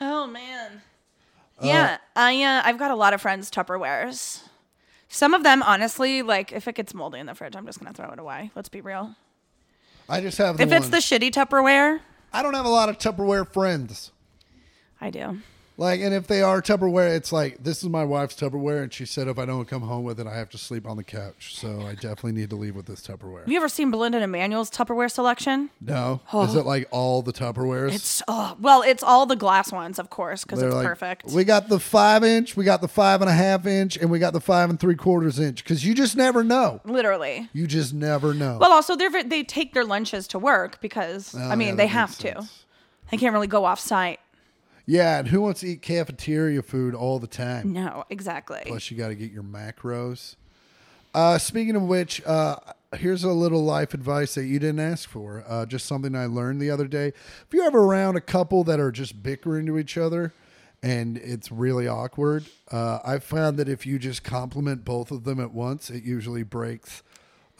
A: Oh man. Yeah, I uh, I've got a lot of friends Tupperwares. Some of them, honestly, like if it gets moldy in the fridge, I'm just gonna throw it away. Let's be real.
B: I just have the
A: If it's
B: ones-
A: the shitty Tupperware,
B: I don't have a lot of Tupperware friends.
A: I do.
B: Like, and if they are Tupperware, it's like this is my wife's Tupperware, and she said if I don't come home with it, I have to sleep on the couch. So I definitely need to leave with this Tupperware.
A: Have you ever seen Belinda and Emmanuel's Tupperware selection?
B: No, is it like all the Tupperwares?
A: Oh. It's oh well, it's all the glass ones, of course, because
B: They're
A: it's
B: like,
A: perfect.
B: We got the five inch, we got the five and a half inch, and we got the five and three quarters inch. Because you just never know.
A: Literally.
B: You just never know.
A: Well, also they're ve- they take their lunches to work because
B: Oh,
A: I mean
B: yeah,
A: they
B: that
A: have
B: makes
A: to.
B: sense.
A: They can't really go off site.
B: Yeah, and who wants to eat cafeteria food all the time?
A: No, exactly.
B: Plus, you got to get your macros. Uh, speaking of which, uh, here's a little life advice that you didn't ask for. Uh, just something I learned the other day. If you're ever around a couple that are just bickering to each other and it's really awkward, uh, I found that if you just compliment both of them at once, it usually breaks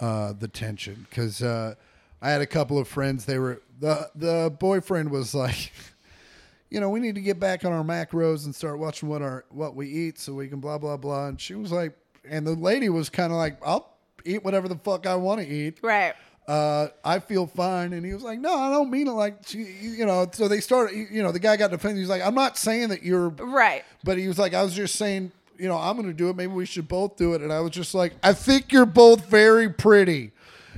B: uh, the tension. Because uh, I had a couple of friends, they were, the, the boyfriend was like, (laughs) you know, we need to get back on our macros and start watching what our what we eat so we can blah blah blah. And she was like, and the lady was kind of like, I'll eat whatever the fuck I want to eat.
A: Right.
B: Uh, I feel fine. And he was like, No, I don't mean it. Like, she, you know. So they started. You know, the guy got defended. He's like, I'm not saying that you're
A: Right.
B: but he was like, I was just saying, you know, I'm going to do it. Maybe we should both do it. And I was just like, I think you're both very pretty.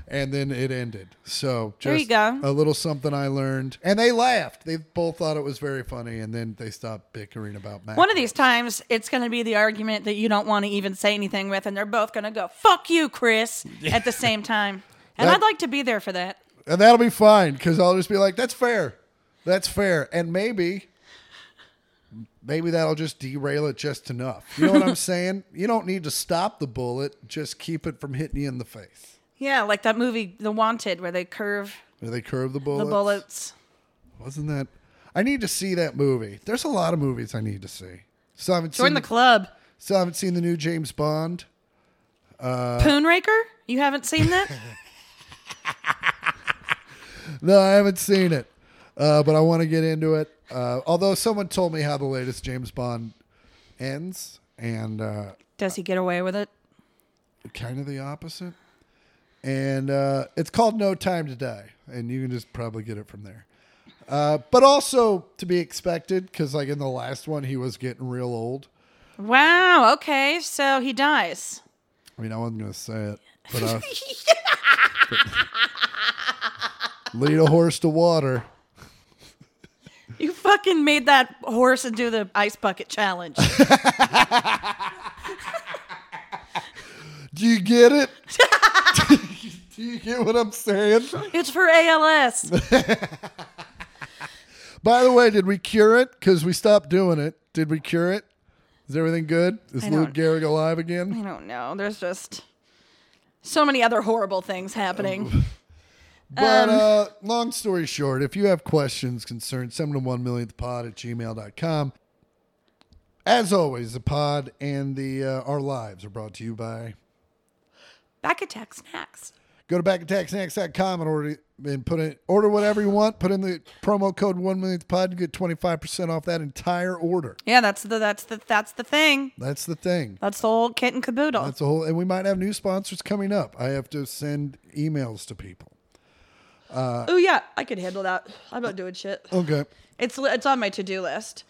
B: and then it ended. So just
A: There you go.
B: a little something I learned, and they laughed. They both thought it was very funny, and then they stopped bickering about Mac.
A: One of these times, it's going to be the argument that you don't want to even say anything with, and they're both going to go, fuck you, Chris, at the same time. And
B: That-
A: I'd like to be there for that.
B: and that'll be fine because I'll just be like, "That's fair, that's fair," and maybe, maybe that'll just derail it just enough. You know what
A: (laughs)
B: I'm saying? You don't need to stop the bullet; just keep it from hitting you in the face.
A: Yeah, like that movie, The Wanted, where they curve
B: Do they curve the
A: the
B: bullets?
A: bullets.
B: Wasn't that? I need to see that movie. There's a lot of movies I need to see. So I haven't
A: Join
B: seen
A: the club.
B: So I haven't seen the new James Bond.
A: Poonraker? You haven't seen that?
B: No, I haven't seen it, uh, but I want to get into it. Uh, although someone told me how the latest James Bond ends, and uh,
A: Does he get away with it?
B: kind of the opposite. And uh, it's called No Time to Die, and you can just probably get it from there. Uh, but also to be expected, because like in the last one, he was getting real old.
A: Wow, okay, so he dies.
B: I mean, I wasn't going to say it, but uh,
A: (laughs)
B: lead a horse to water.
A: You fucking made that horse and do the ice bucket challenge.
B: Do you get
A: (laughs)
B: it? Do you get what I'm saying?
A: it's for ALS.
B: By the way, did we cure it? Because we stopped doing it. Did we cure it? Is everything good? Is
A: I
B: Luke
A: don't-
B: Gehrig alive again?
A: I don't know. There's just so many other horrible things happening.
B: But
A: um,
B: uh, long story short, if you have questions, concerns, send them to 1 millionth pod at gmail.com. As always, the pod and the uh, our lives are brought to you by
A: Back attack snacks.
B: Go to backattacksnacks.com and order and put in order whatever you want. Put in the promo code one millionth pod and get twenty five percent off that entire order.
A: Yeah, that's the that's the that's the thing.
B: That's the thing.
A: That's the whole kit and caboodle.
B: That's a whole and we might have new sponsors coming up. I have to send emails to people.
A: oh yeah, I could handle that. I'm not doing shit.
B: Okay.
A: It's li- it's on my to do list.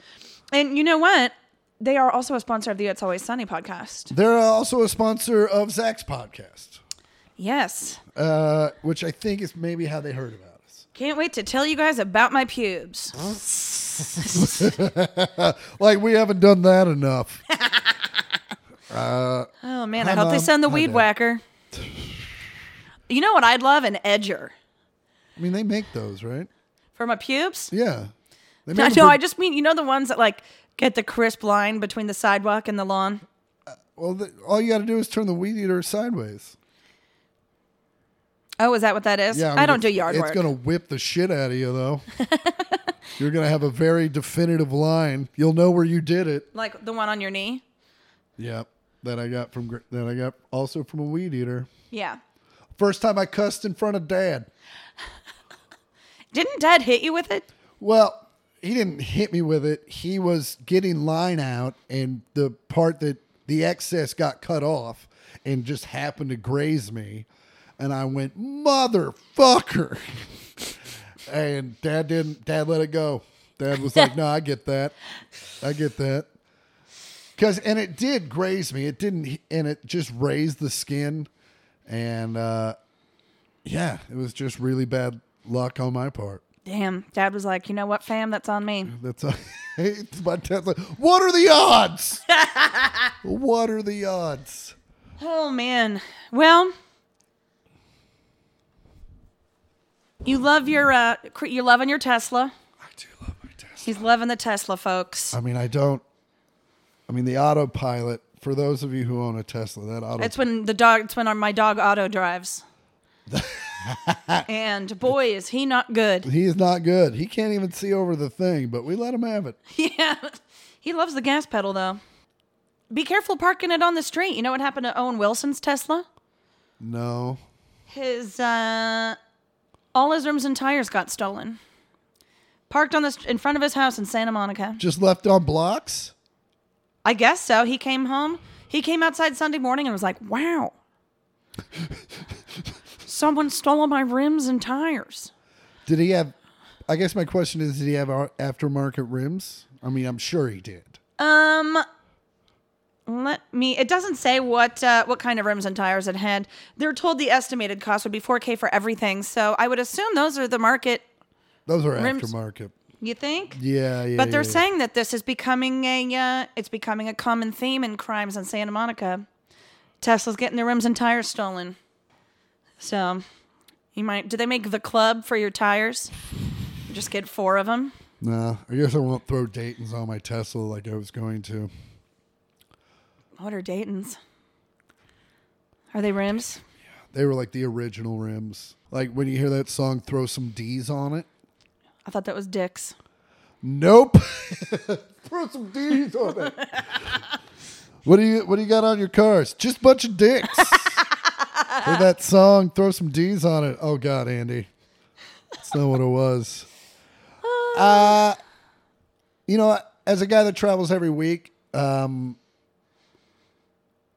A: And you know what? They are also a sponsor of the It's Always Sunny podcast.
B: They're also a sponsor of Zach's podcast,
A: Yes.
B: uh, which I think is maybe how they heard about us.
A: Can't wait to tell you guys about my pubes.
B: Like we haven't done that enough.
A: Oh man,
B: Hi,
A: I hope they
B: Mom.
A: send the
B: Hi,
A: weed
B: Dad.
A: whacker. You know what I'd love? An edger.
B: I mean, they make those, right?
A: For my pubes?
B: Yeah.
A: (laughs)
B: They
A: No,
B: make them
A: no,
B: for-
A: I just mean you know the ones that like get the crisp line between the sidewalk and the lawn.
B: well, the, all you got to do is turn the weed eater sideways.
A: Oh, is that what that is?
B: Yeah,
A: I,
B: mean,
A: don't do
B: it's-
A: yard
B: it's
A: work.
B: gonna whip the shit out of
A: (laughs)
B: you, though. You're gonna have a very definitive line. You'll know where you did it.
A: Like the one on your knee.
B: Yep. That I got from gr- that I got also from a weed eater.
A: Yeah.
B: First time I cussed in front of dad.
A: Didn't Dad hit you with it?
B: Well, he didn't hit me with it. He was getting line out, and the part that the excess got cut off and just happened to graze me. And I went, motherfucker. (laughs) and dad didn't, dad let it go. Dad was like, no, I get that. I get that. Cause and it did graze me. It didn't, and it just raised the skin, and uh, yeah, it was just really bad luck on my part.
A: Damn. Dad was like, you know what, fam? That's on me.
B: That's a, (laughs) it's my dad's like, what are the (laughs) odds? what are the odds?
A: Oh man. Well, you love your uh, cr- you're loving your Tesla.
B: I do love my Tesla.
A: He's loving the Tesla, folks.
B: I mean, I don't. I mean, the autopilot. For those of you who own a Tesla, that auto.
A: It's when the dog. It's when our, my dog auto drives. and boy, is he not good. (laughs)
B: he is not good. He can't even see over the thing, but we let him have it.
A: Yeah, he loves the gas pedal though. Be careful parking it on the street. You know what happened to Owen Wilson's Tesla?
B: No.
A: His uh, all his rims and tires got stolen. Parked on the st- in front of his house in Santa Monica.
B: Just left on blocks?
A: I guess so. He came home. He came outside Sunday morning and was like, "Wow, (laughs) someone stole my rims and tires."
B: Did he have. I guess my question is did he have ar- aftermarket rims? I mean, I'm sure he did.
A: Um, Let me. It doesn't say what uh, what kind of rims and tires it had. They're told the estimated cost would be 4K for everything, so I would assume those are the market.
B: Those are
A: Rims-
B: aftermarket.
A: You think?
B: Yeah, yeah.
A: But they're
B: yeah.
A: saying that this is becoming a uh, it's becoming a common theme in crimes in Santa Monica. Tesla's getting their rims and tires stolen. So you might do they make the club for your tires? Just get four of them.
B: Nah, I guess I won't throw Dayton's on my Tesla like I was going to.
A: What are Dayton's? Are they rims?
B: They were like the original rims. Like when you hear that song, throw some D's on it.
A: I thought that was dicks.
B: Nope. (laughs) throw some D's on it. what do you What do you got on your cars? Just a bunch of dicks. Hear that song? Throw some D's on it. Oh God, Andy, that's not what it was. Uh, you know, as a guy that travels every week, um,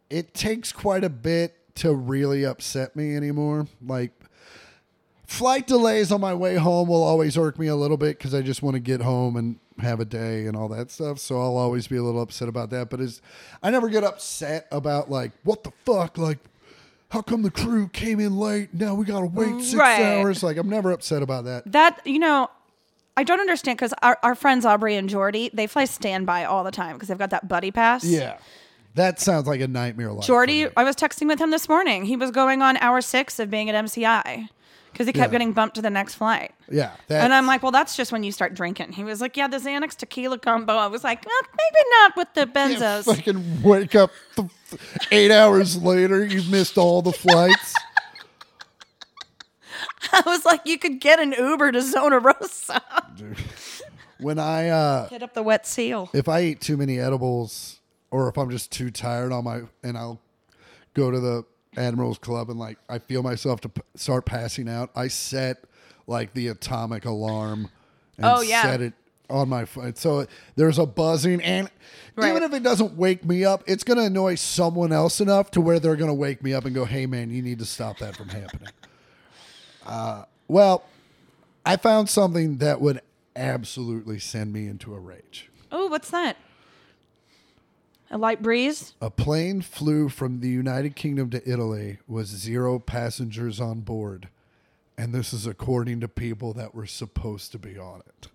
B: it takes quite a bit to really upset me anymore. Like flight delays on my way home will always irk me a little bit because I just want to get home and have a day and all that stuff. So I'll always be a little upset about that. But it's, I never get upset about like what the fuck, like how come the crew came in late? Now we gotta wait six
A: Right.
B: hours. Like I'm never upset about that.
A: That you know, I don't understand because our, our friends Aubrey and Jordy they fly standby all the time because they've got that buddy pass.
B: Yeah, that sounds like a nightmare. Life for
A: Jordy,
B: me.
A: I was texting with him this morning. He was going on hour six of being at MCI because he kept
B: Yeah. Uh,
A: getting bumped to the next flight.
B: Yeah,
A: And I'm
B: that's-
A: like, well, that's just when you start drinking. He was like, yeah, the Xanax tequila combo. I was like, well, maybe not with the
B: Yeah,
A: benzos.
B: fucking wake up th- eight hours later. You've missed all the flights.
A: (laughs) I was like, you could get an Uber to Zona Rosa.
B: When I uh,
A: Hit up the wet seal.
B: if I eat too many edibles, or if I'm just too tired on my, and I'll go to the Admirals Club and like I feel myself to p- start passing out. I set like the atomic alarm. And
A: Oh, yeah.
B: Set it on my phone. So there's a buzzing, and
A: Right.
B: even if it doesn't wake me up, it's gonna annoy someone else enough to where they're gonna wake me up and go, "Hey man, you need to stop that from happening." (laughs) uh, well, I found something that would absolutely send me into a rage.
A: Oh, what's that? A light breeze?
B: A plane flew from the United Kingdom to Italy with zero passengers on board. And this is according to people that were supposed to be on it.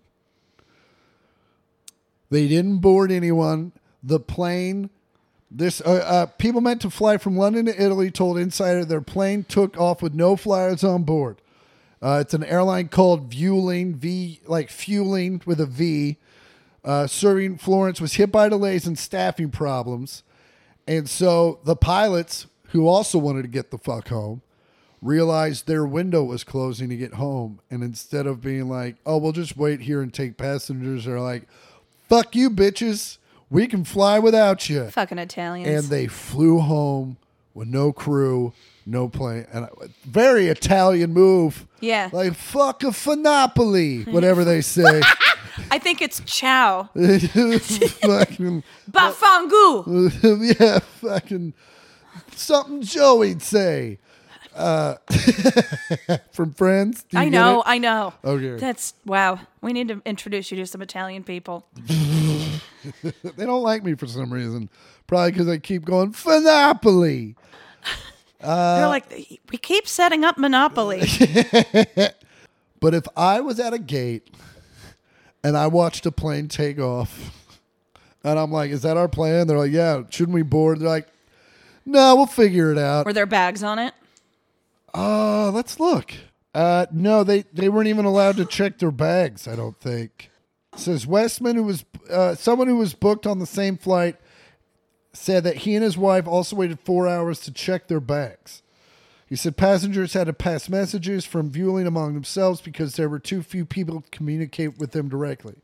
B: They didn't board anyone. The plane, this uh, uh, people meant to fly from London to Italy told Insider their plane took off with no flyers on board. Uh, it's an airline called Vueling, V like fueling with a V uh, serving Florence was hit by delays and staffing problems. And so the pilots, who also wanted to get the fuck home, realized their window was closing to get home. And instead of being like, oh, we'll just wait here and take passengers, they're like, fuck you, bitches. We can fly without you.
A: Fucking Italians.
B: And they flew home with no crew, no plane. And I, very Italian move.
A: Yeah.
B: Like, fuck
A: (laughs)
B: a Finopoli, whatever they say. (laughs)
A: I think it's chow.
B: Uh, fucking,
A: Bafangu.
B: yeah, fucking something Joey'd say. Uh, (laughs) from friends. Do you
A: I
B: get
A: know,
B: it?
A: I know.
B: Okay.
A: That's wow. We need to introduce you to some Italian people.
B: They don't like me for some reason. Probably because I keep going, Finopoli. Uh,
A: They're like, we keep setting up
B: (laughs)
A: Monopoly.
B: But if I was at a gate and I watched a plane take off and I'm like, is that our plan? They're like, yeah, shouldn't we board? They're like, no, we'll figure it out.
A: Were there bags on it?
B: Uh, let's look. Uh, no, they, they weren't even allowed to check their bags, I don't think. Says Westman, who was uh, someone who was booked on the same flight, said that he and his wife also waited four hours to check their bags. He said passengers had to pass messages from viewing among themselves because there were too few people to communicate with them directly.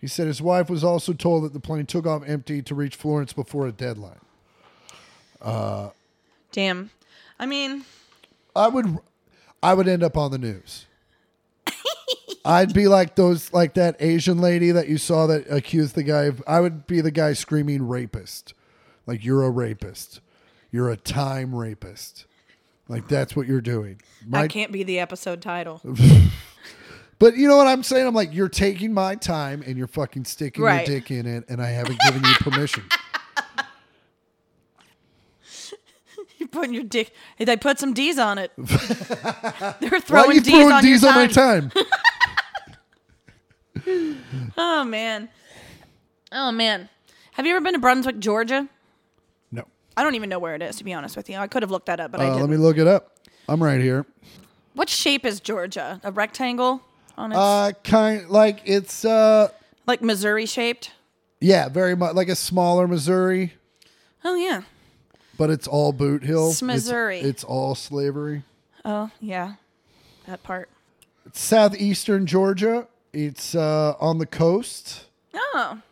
B: He said his wife was also told that the plane took off empty to reach Florence before a deadline.
A: Damn. I mean,
B: I would I would end up on the news. I'd be like those like that Asian lady that you saw that accused the guy of I would be the guy screaming rapist. Like you're a rapist. You're a time rapist. Like that's what you're doing.
A: that
B: My,
A: can't be the episode title.
B: (laughs) but you know what I'm saying? I'm like, you're taking my time and you're fucking sticking
A: Right.
B: your dick in it and I haven't given you permission.
A: You putting your dick? They put some D's on
B: (laughs)
A: it. They're (laughs)
B: Why
A: throwing
B: are you
A: D's
B: throwing
A: on
B: D's
A: your
B: on my
A: time.
B: time?
A: (laughs) Oh man. Oh man. Have you ever been to Brunswick, Georgia?
B: no.
A: I don't even know where it is, to be honest with you. I could have looked that up, but I
B: Uh,
A: didn't.
B: let me look it up. I'm right here.
A: What shape is Georgia? A rectangle on its
B: Uh, kind like it's uh,
A: like Missouri shaped?
B: yeah, very much like a smaller Missouri,
A: Oh yeah.
B: but it's all boot hill.
A: It's Missouri.
B: It's, it's all slavery.
A: Oh yeah. That part.
B: It's southeastern Georgia. It's uh, on the coast.
A: Oh.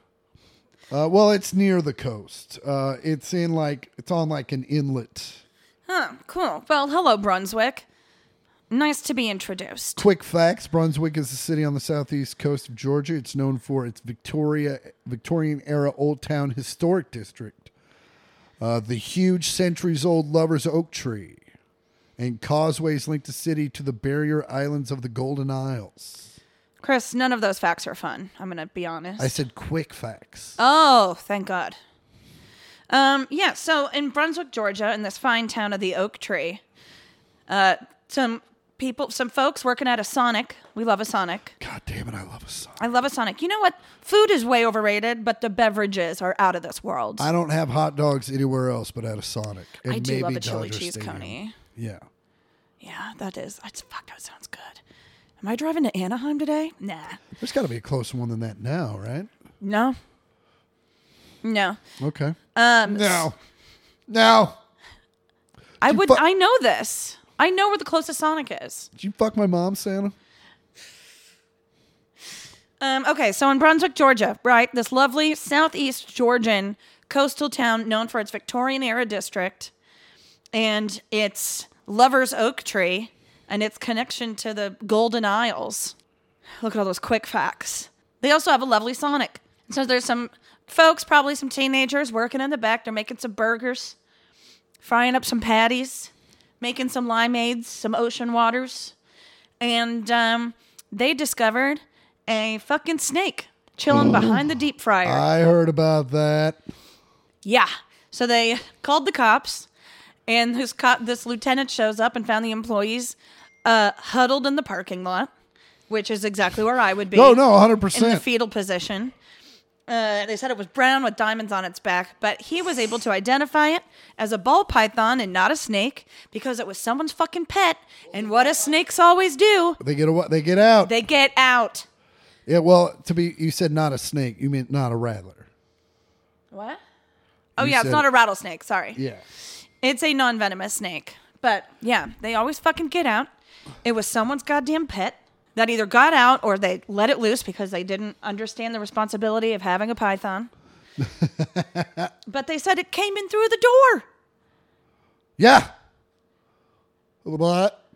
B: Uh, well, it's near the coast. Uh, it's in like it's on like an inlet.
A: Huh. (laughs) Cool. Well, hello, Brunswick. Nice to be introduced.
B: Quick facts: Brunswick is a city on the southeast coast of Georgia. It's known for its Victoria Victorian era Old Town Historic District, uh, the huge centuries-old Lover's Oak Tree, and causeways link the city to the barrier islands of the Golden Isles.
A: Chris, none of those facts are fun. I'm gonna be honest.
B: I said quick facts.
A: Oh, thank God. Um, yeah, so in Brunswick, Georgia, in this fine town of the Oak Tree, uh, some people, some folks working at a Sonic. We love a Sonic.
B: God damn it! I love a song.
A: I love a Sonic. You know what? Food is way overrated, but the beverages are out of this world.
B: I don't have hot dogs anywhere else but at a Sonic. And
A: I do love
B: maybe
A: a chili
B: Dodger
A: cheese
B: Stadium.
A: coney.
B: Yeah.
A: Yeah, that is. That's, fuck, that sounds good. Am I driving to Anaheim today? Nah.
B: There's got to be a closer one than that now, right?
A: No. No.
B: Okay.
A: Um,
B: No. No.
A: I would.
B: fu-
A: I know this. I know where the closest Sonic is.
B: Did you fuck my mom, Santa?
A: Um, okay, so in Brunswick, Georgia, right, this lovely southeast Georgian coastal town known for its Victorian era district and its lover's oak tree and its connection to the Golden Isles. Look at all those quick facts. They also have a lovely Sonic. So there's some folks, probably some teenagers, working in the back. They're making some burgers, frying up some patties, making some limeades, some ocean waters and um, they discovered a fucking snake chilling behind the deep fryer.
B: I heard about that.
A: yeah. So they called the cops, and this, co- this lieutenant shows up and found the employees uh, huddled in the parking lot, which is exactly where I would be.
B: Oh, no, 100%.
A: In the fetal position. Uh, they said it was brown with diamonds on its back, but he was able to identify it as a ball python and not a snake because it was someone's fucking pet. And what do snakes always do?
B: they get away, they get out.
A: They get out.
B: yeah, well, to be you said not a snake, you meant not a rattler.
A: What? Oh
B: You
A: yeah,
B: said-
A: it's not a rattlesnake. Sorry,
B: Yeah.
A: it's a non-venomous snake. But yeah, they always fucking get out. It was someone's goddamn pet that either got out or they let it loose because they didn't understand the responsibility of having a python. but they said it came in through the door.
B: Yeah. What?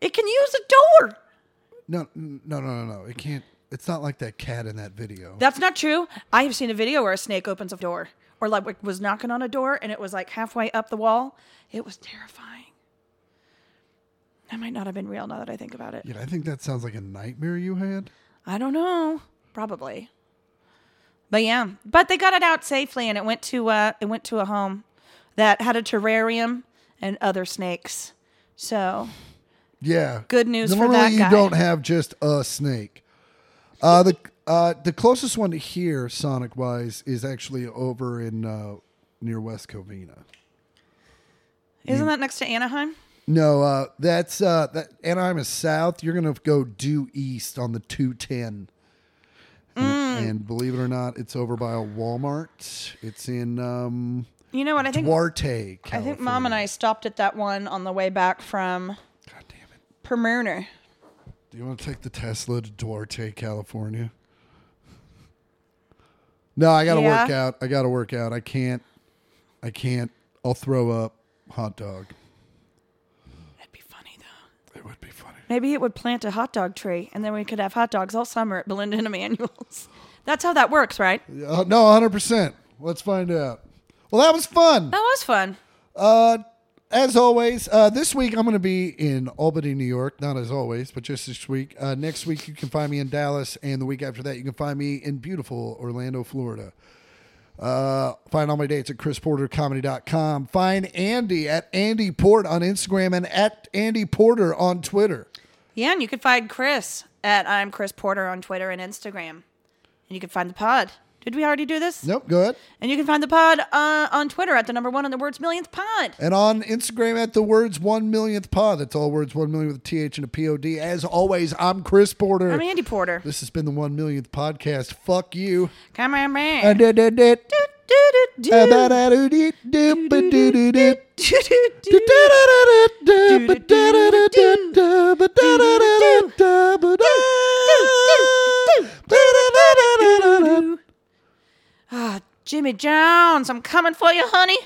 A: It can use a door.
B: No, no, no, no, no. It can't. It's not like that cat in that video.
A: That's not true. I have seen a video where a snake opens a door or like it was knocking on a door and it was like halfway up the wall. It was terrifying. That might not have been real now that I think about it.
B: yeah, I think that sounds like a nightmare you had.
A: I don't know. Probably. But yeah, but they got it out safely and it went to uh it went to a home that had a terrarium and other snakes. So,
B: Yeah.
A: Good news for
B: Normally
A: that
B: you
A: guy.
B: don't have just a snake. Uh, the uh, the closest one to here, Sonic wise, is actually over in uh, near West Covina.
A: isn't that next to Anaheim?
B: No, uh, that's uh, that Anaheim is south. You're gonna go due east on the 210.
A: Mm.
B: And, and believe it or not, it's over by a Walmart. It's in um,
A: You know what? I think
B: Duarte,
A: I
B: California.
A: think mom and I stopped at that one on the way back from
B: God damn it!
A: Permerner.
B: Do you want to take the Tesla to Duarte, California? No, I gotta work
A: Yeah.
B: out. I gotta work out. I can't. I can't. I'll throw up. Hot dog.
A: That'd be funny though.
B: It would be funny.
A: Maybe it would plant a hot dog tree and then we could have hot dogs all summer at Belinda and Emanuel's. That's how that works, right? That
B: Uh, no, 100. percent Let's find out. Well, that was fun.
A: was fun.
B: Uh, as always, uh, this week I'm going to be in Albany, New York. Not as always, but just this week. Uh, next week you can find me in Dallas, and the week after that you can find me in beautiful Orlando, Florida. Uh, find all my dates at chrisportercomedy.com. Find Andy at Andy Port on Instagram and at Andy Porter on Twitter.
A: Yeah, and you can find Chris at I'm Chris Porter on Twitter and Instagram. And you can find the pod. Did we already do this?
B: Nope, go ahead.
A: And you can find the pod uh, on Twitter at the number one on the words millionth pod.
B: And on Instagram at the words one millionth pod. That's all words one million with a TH and a POD. As always, I'm Chris Porter.
A: I'm Andy Porter.
B: this has been the one millionth podcast. Fuck you.
A: Come on,
B: Uh,
A: man.
B: da- da- da-
A: Do-do-do-do.
B: da- ba- da- do- dee- do- ba- do- do- do.
A: Do-do-do.
B: Da- da- da- da- da- ba- da- da- da- da- da- ba- da- da- da- da- da- ba- da- da- da- da- da- da- da-
A: Ah, Jimmy Jones, I'm coming for you, honey.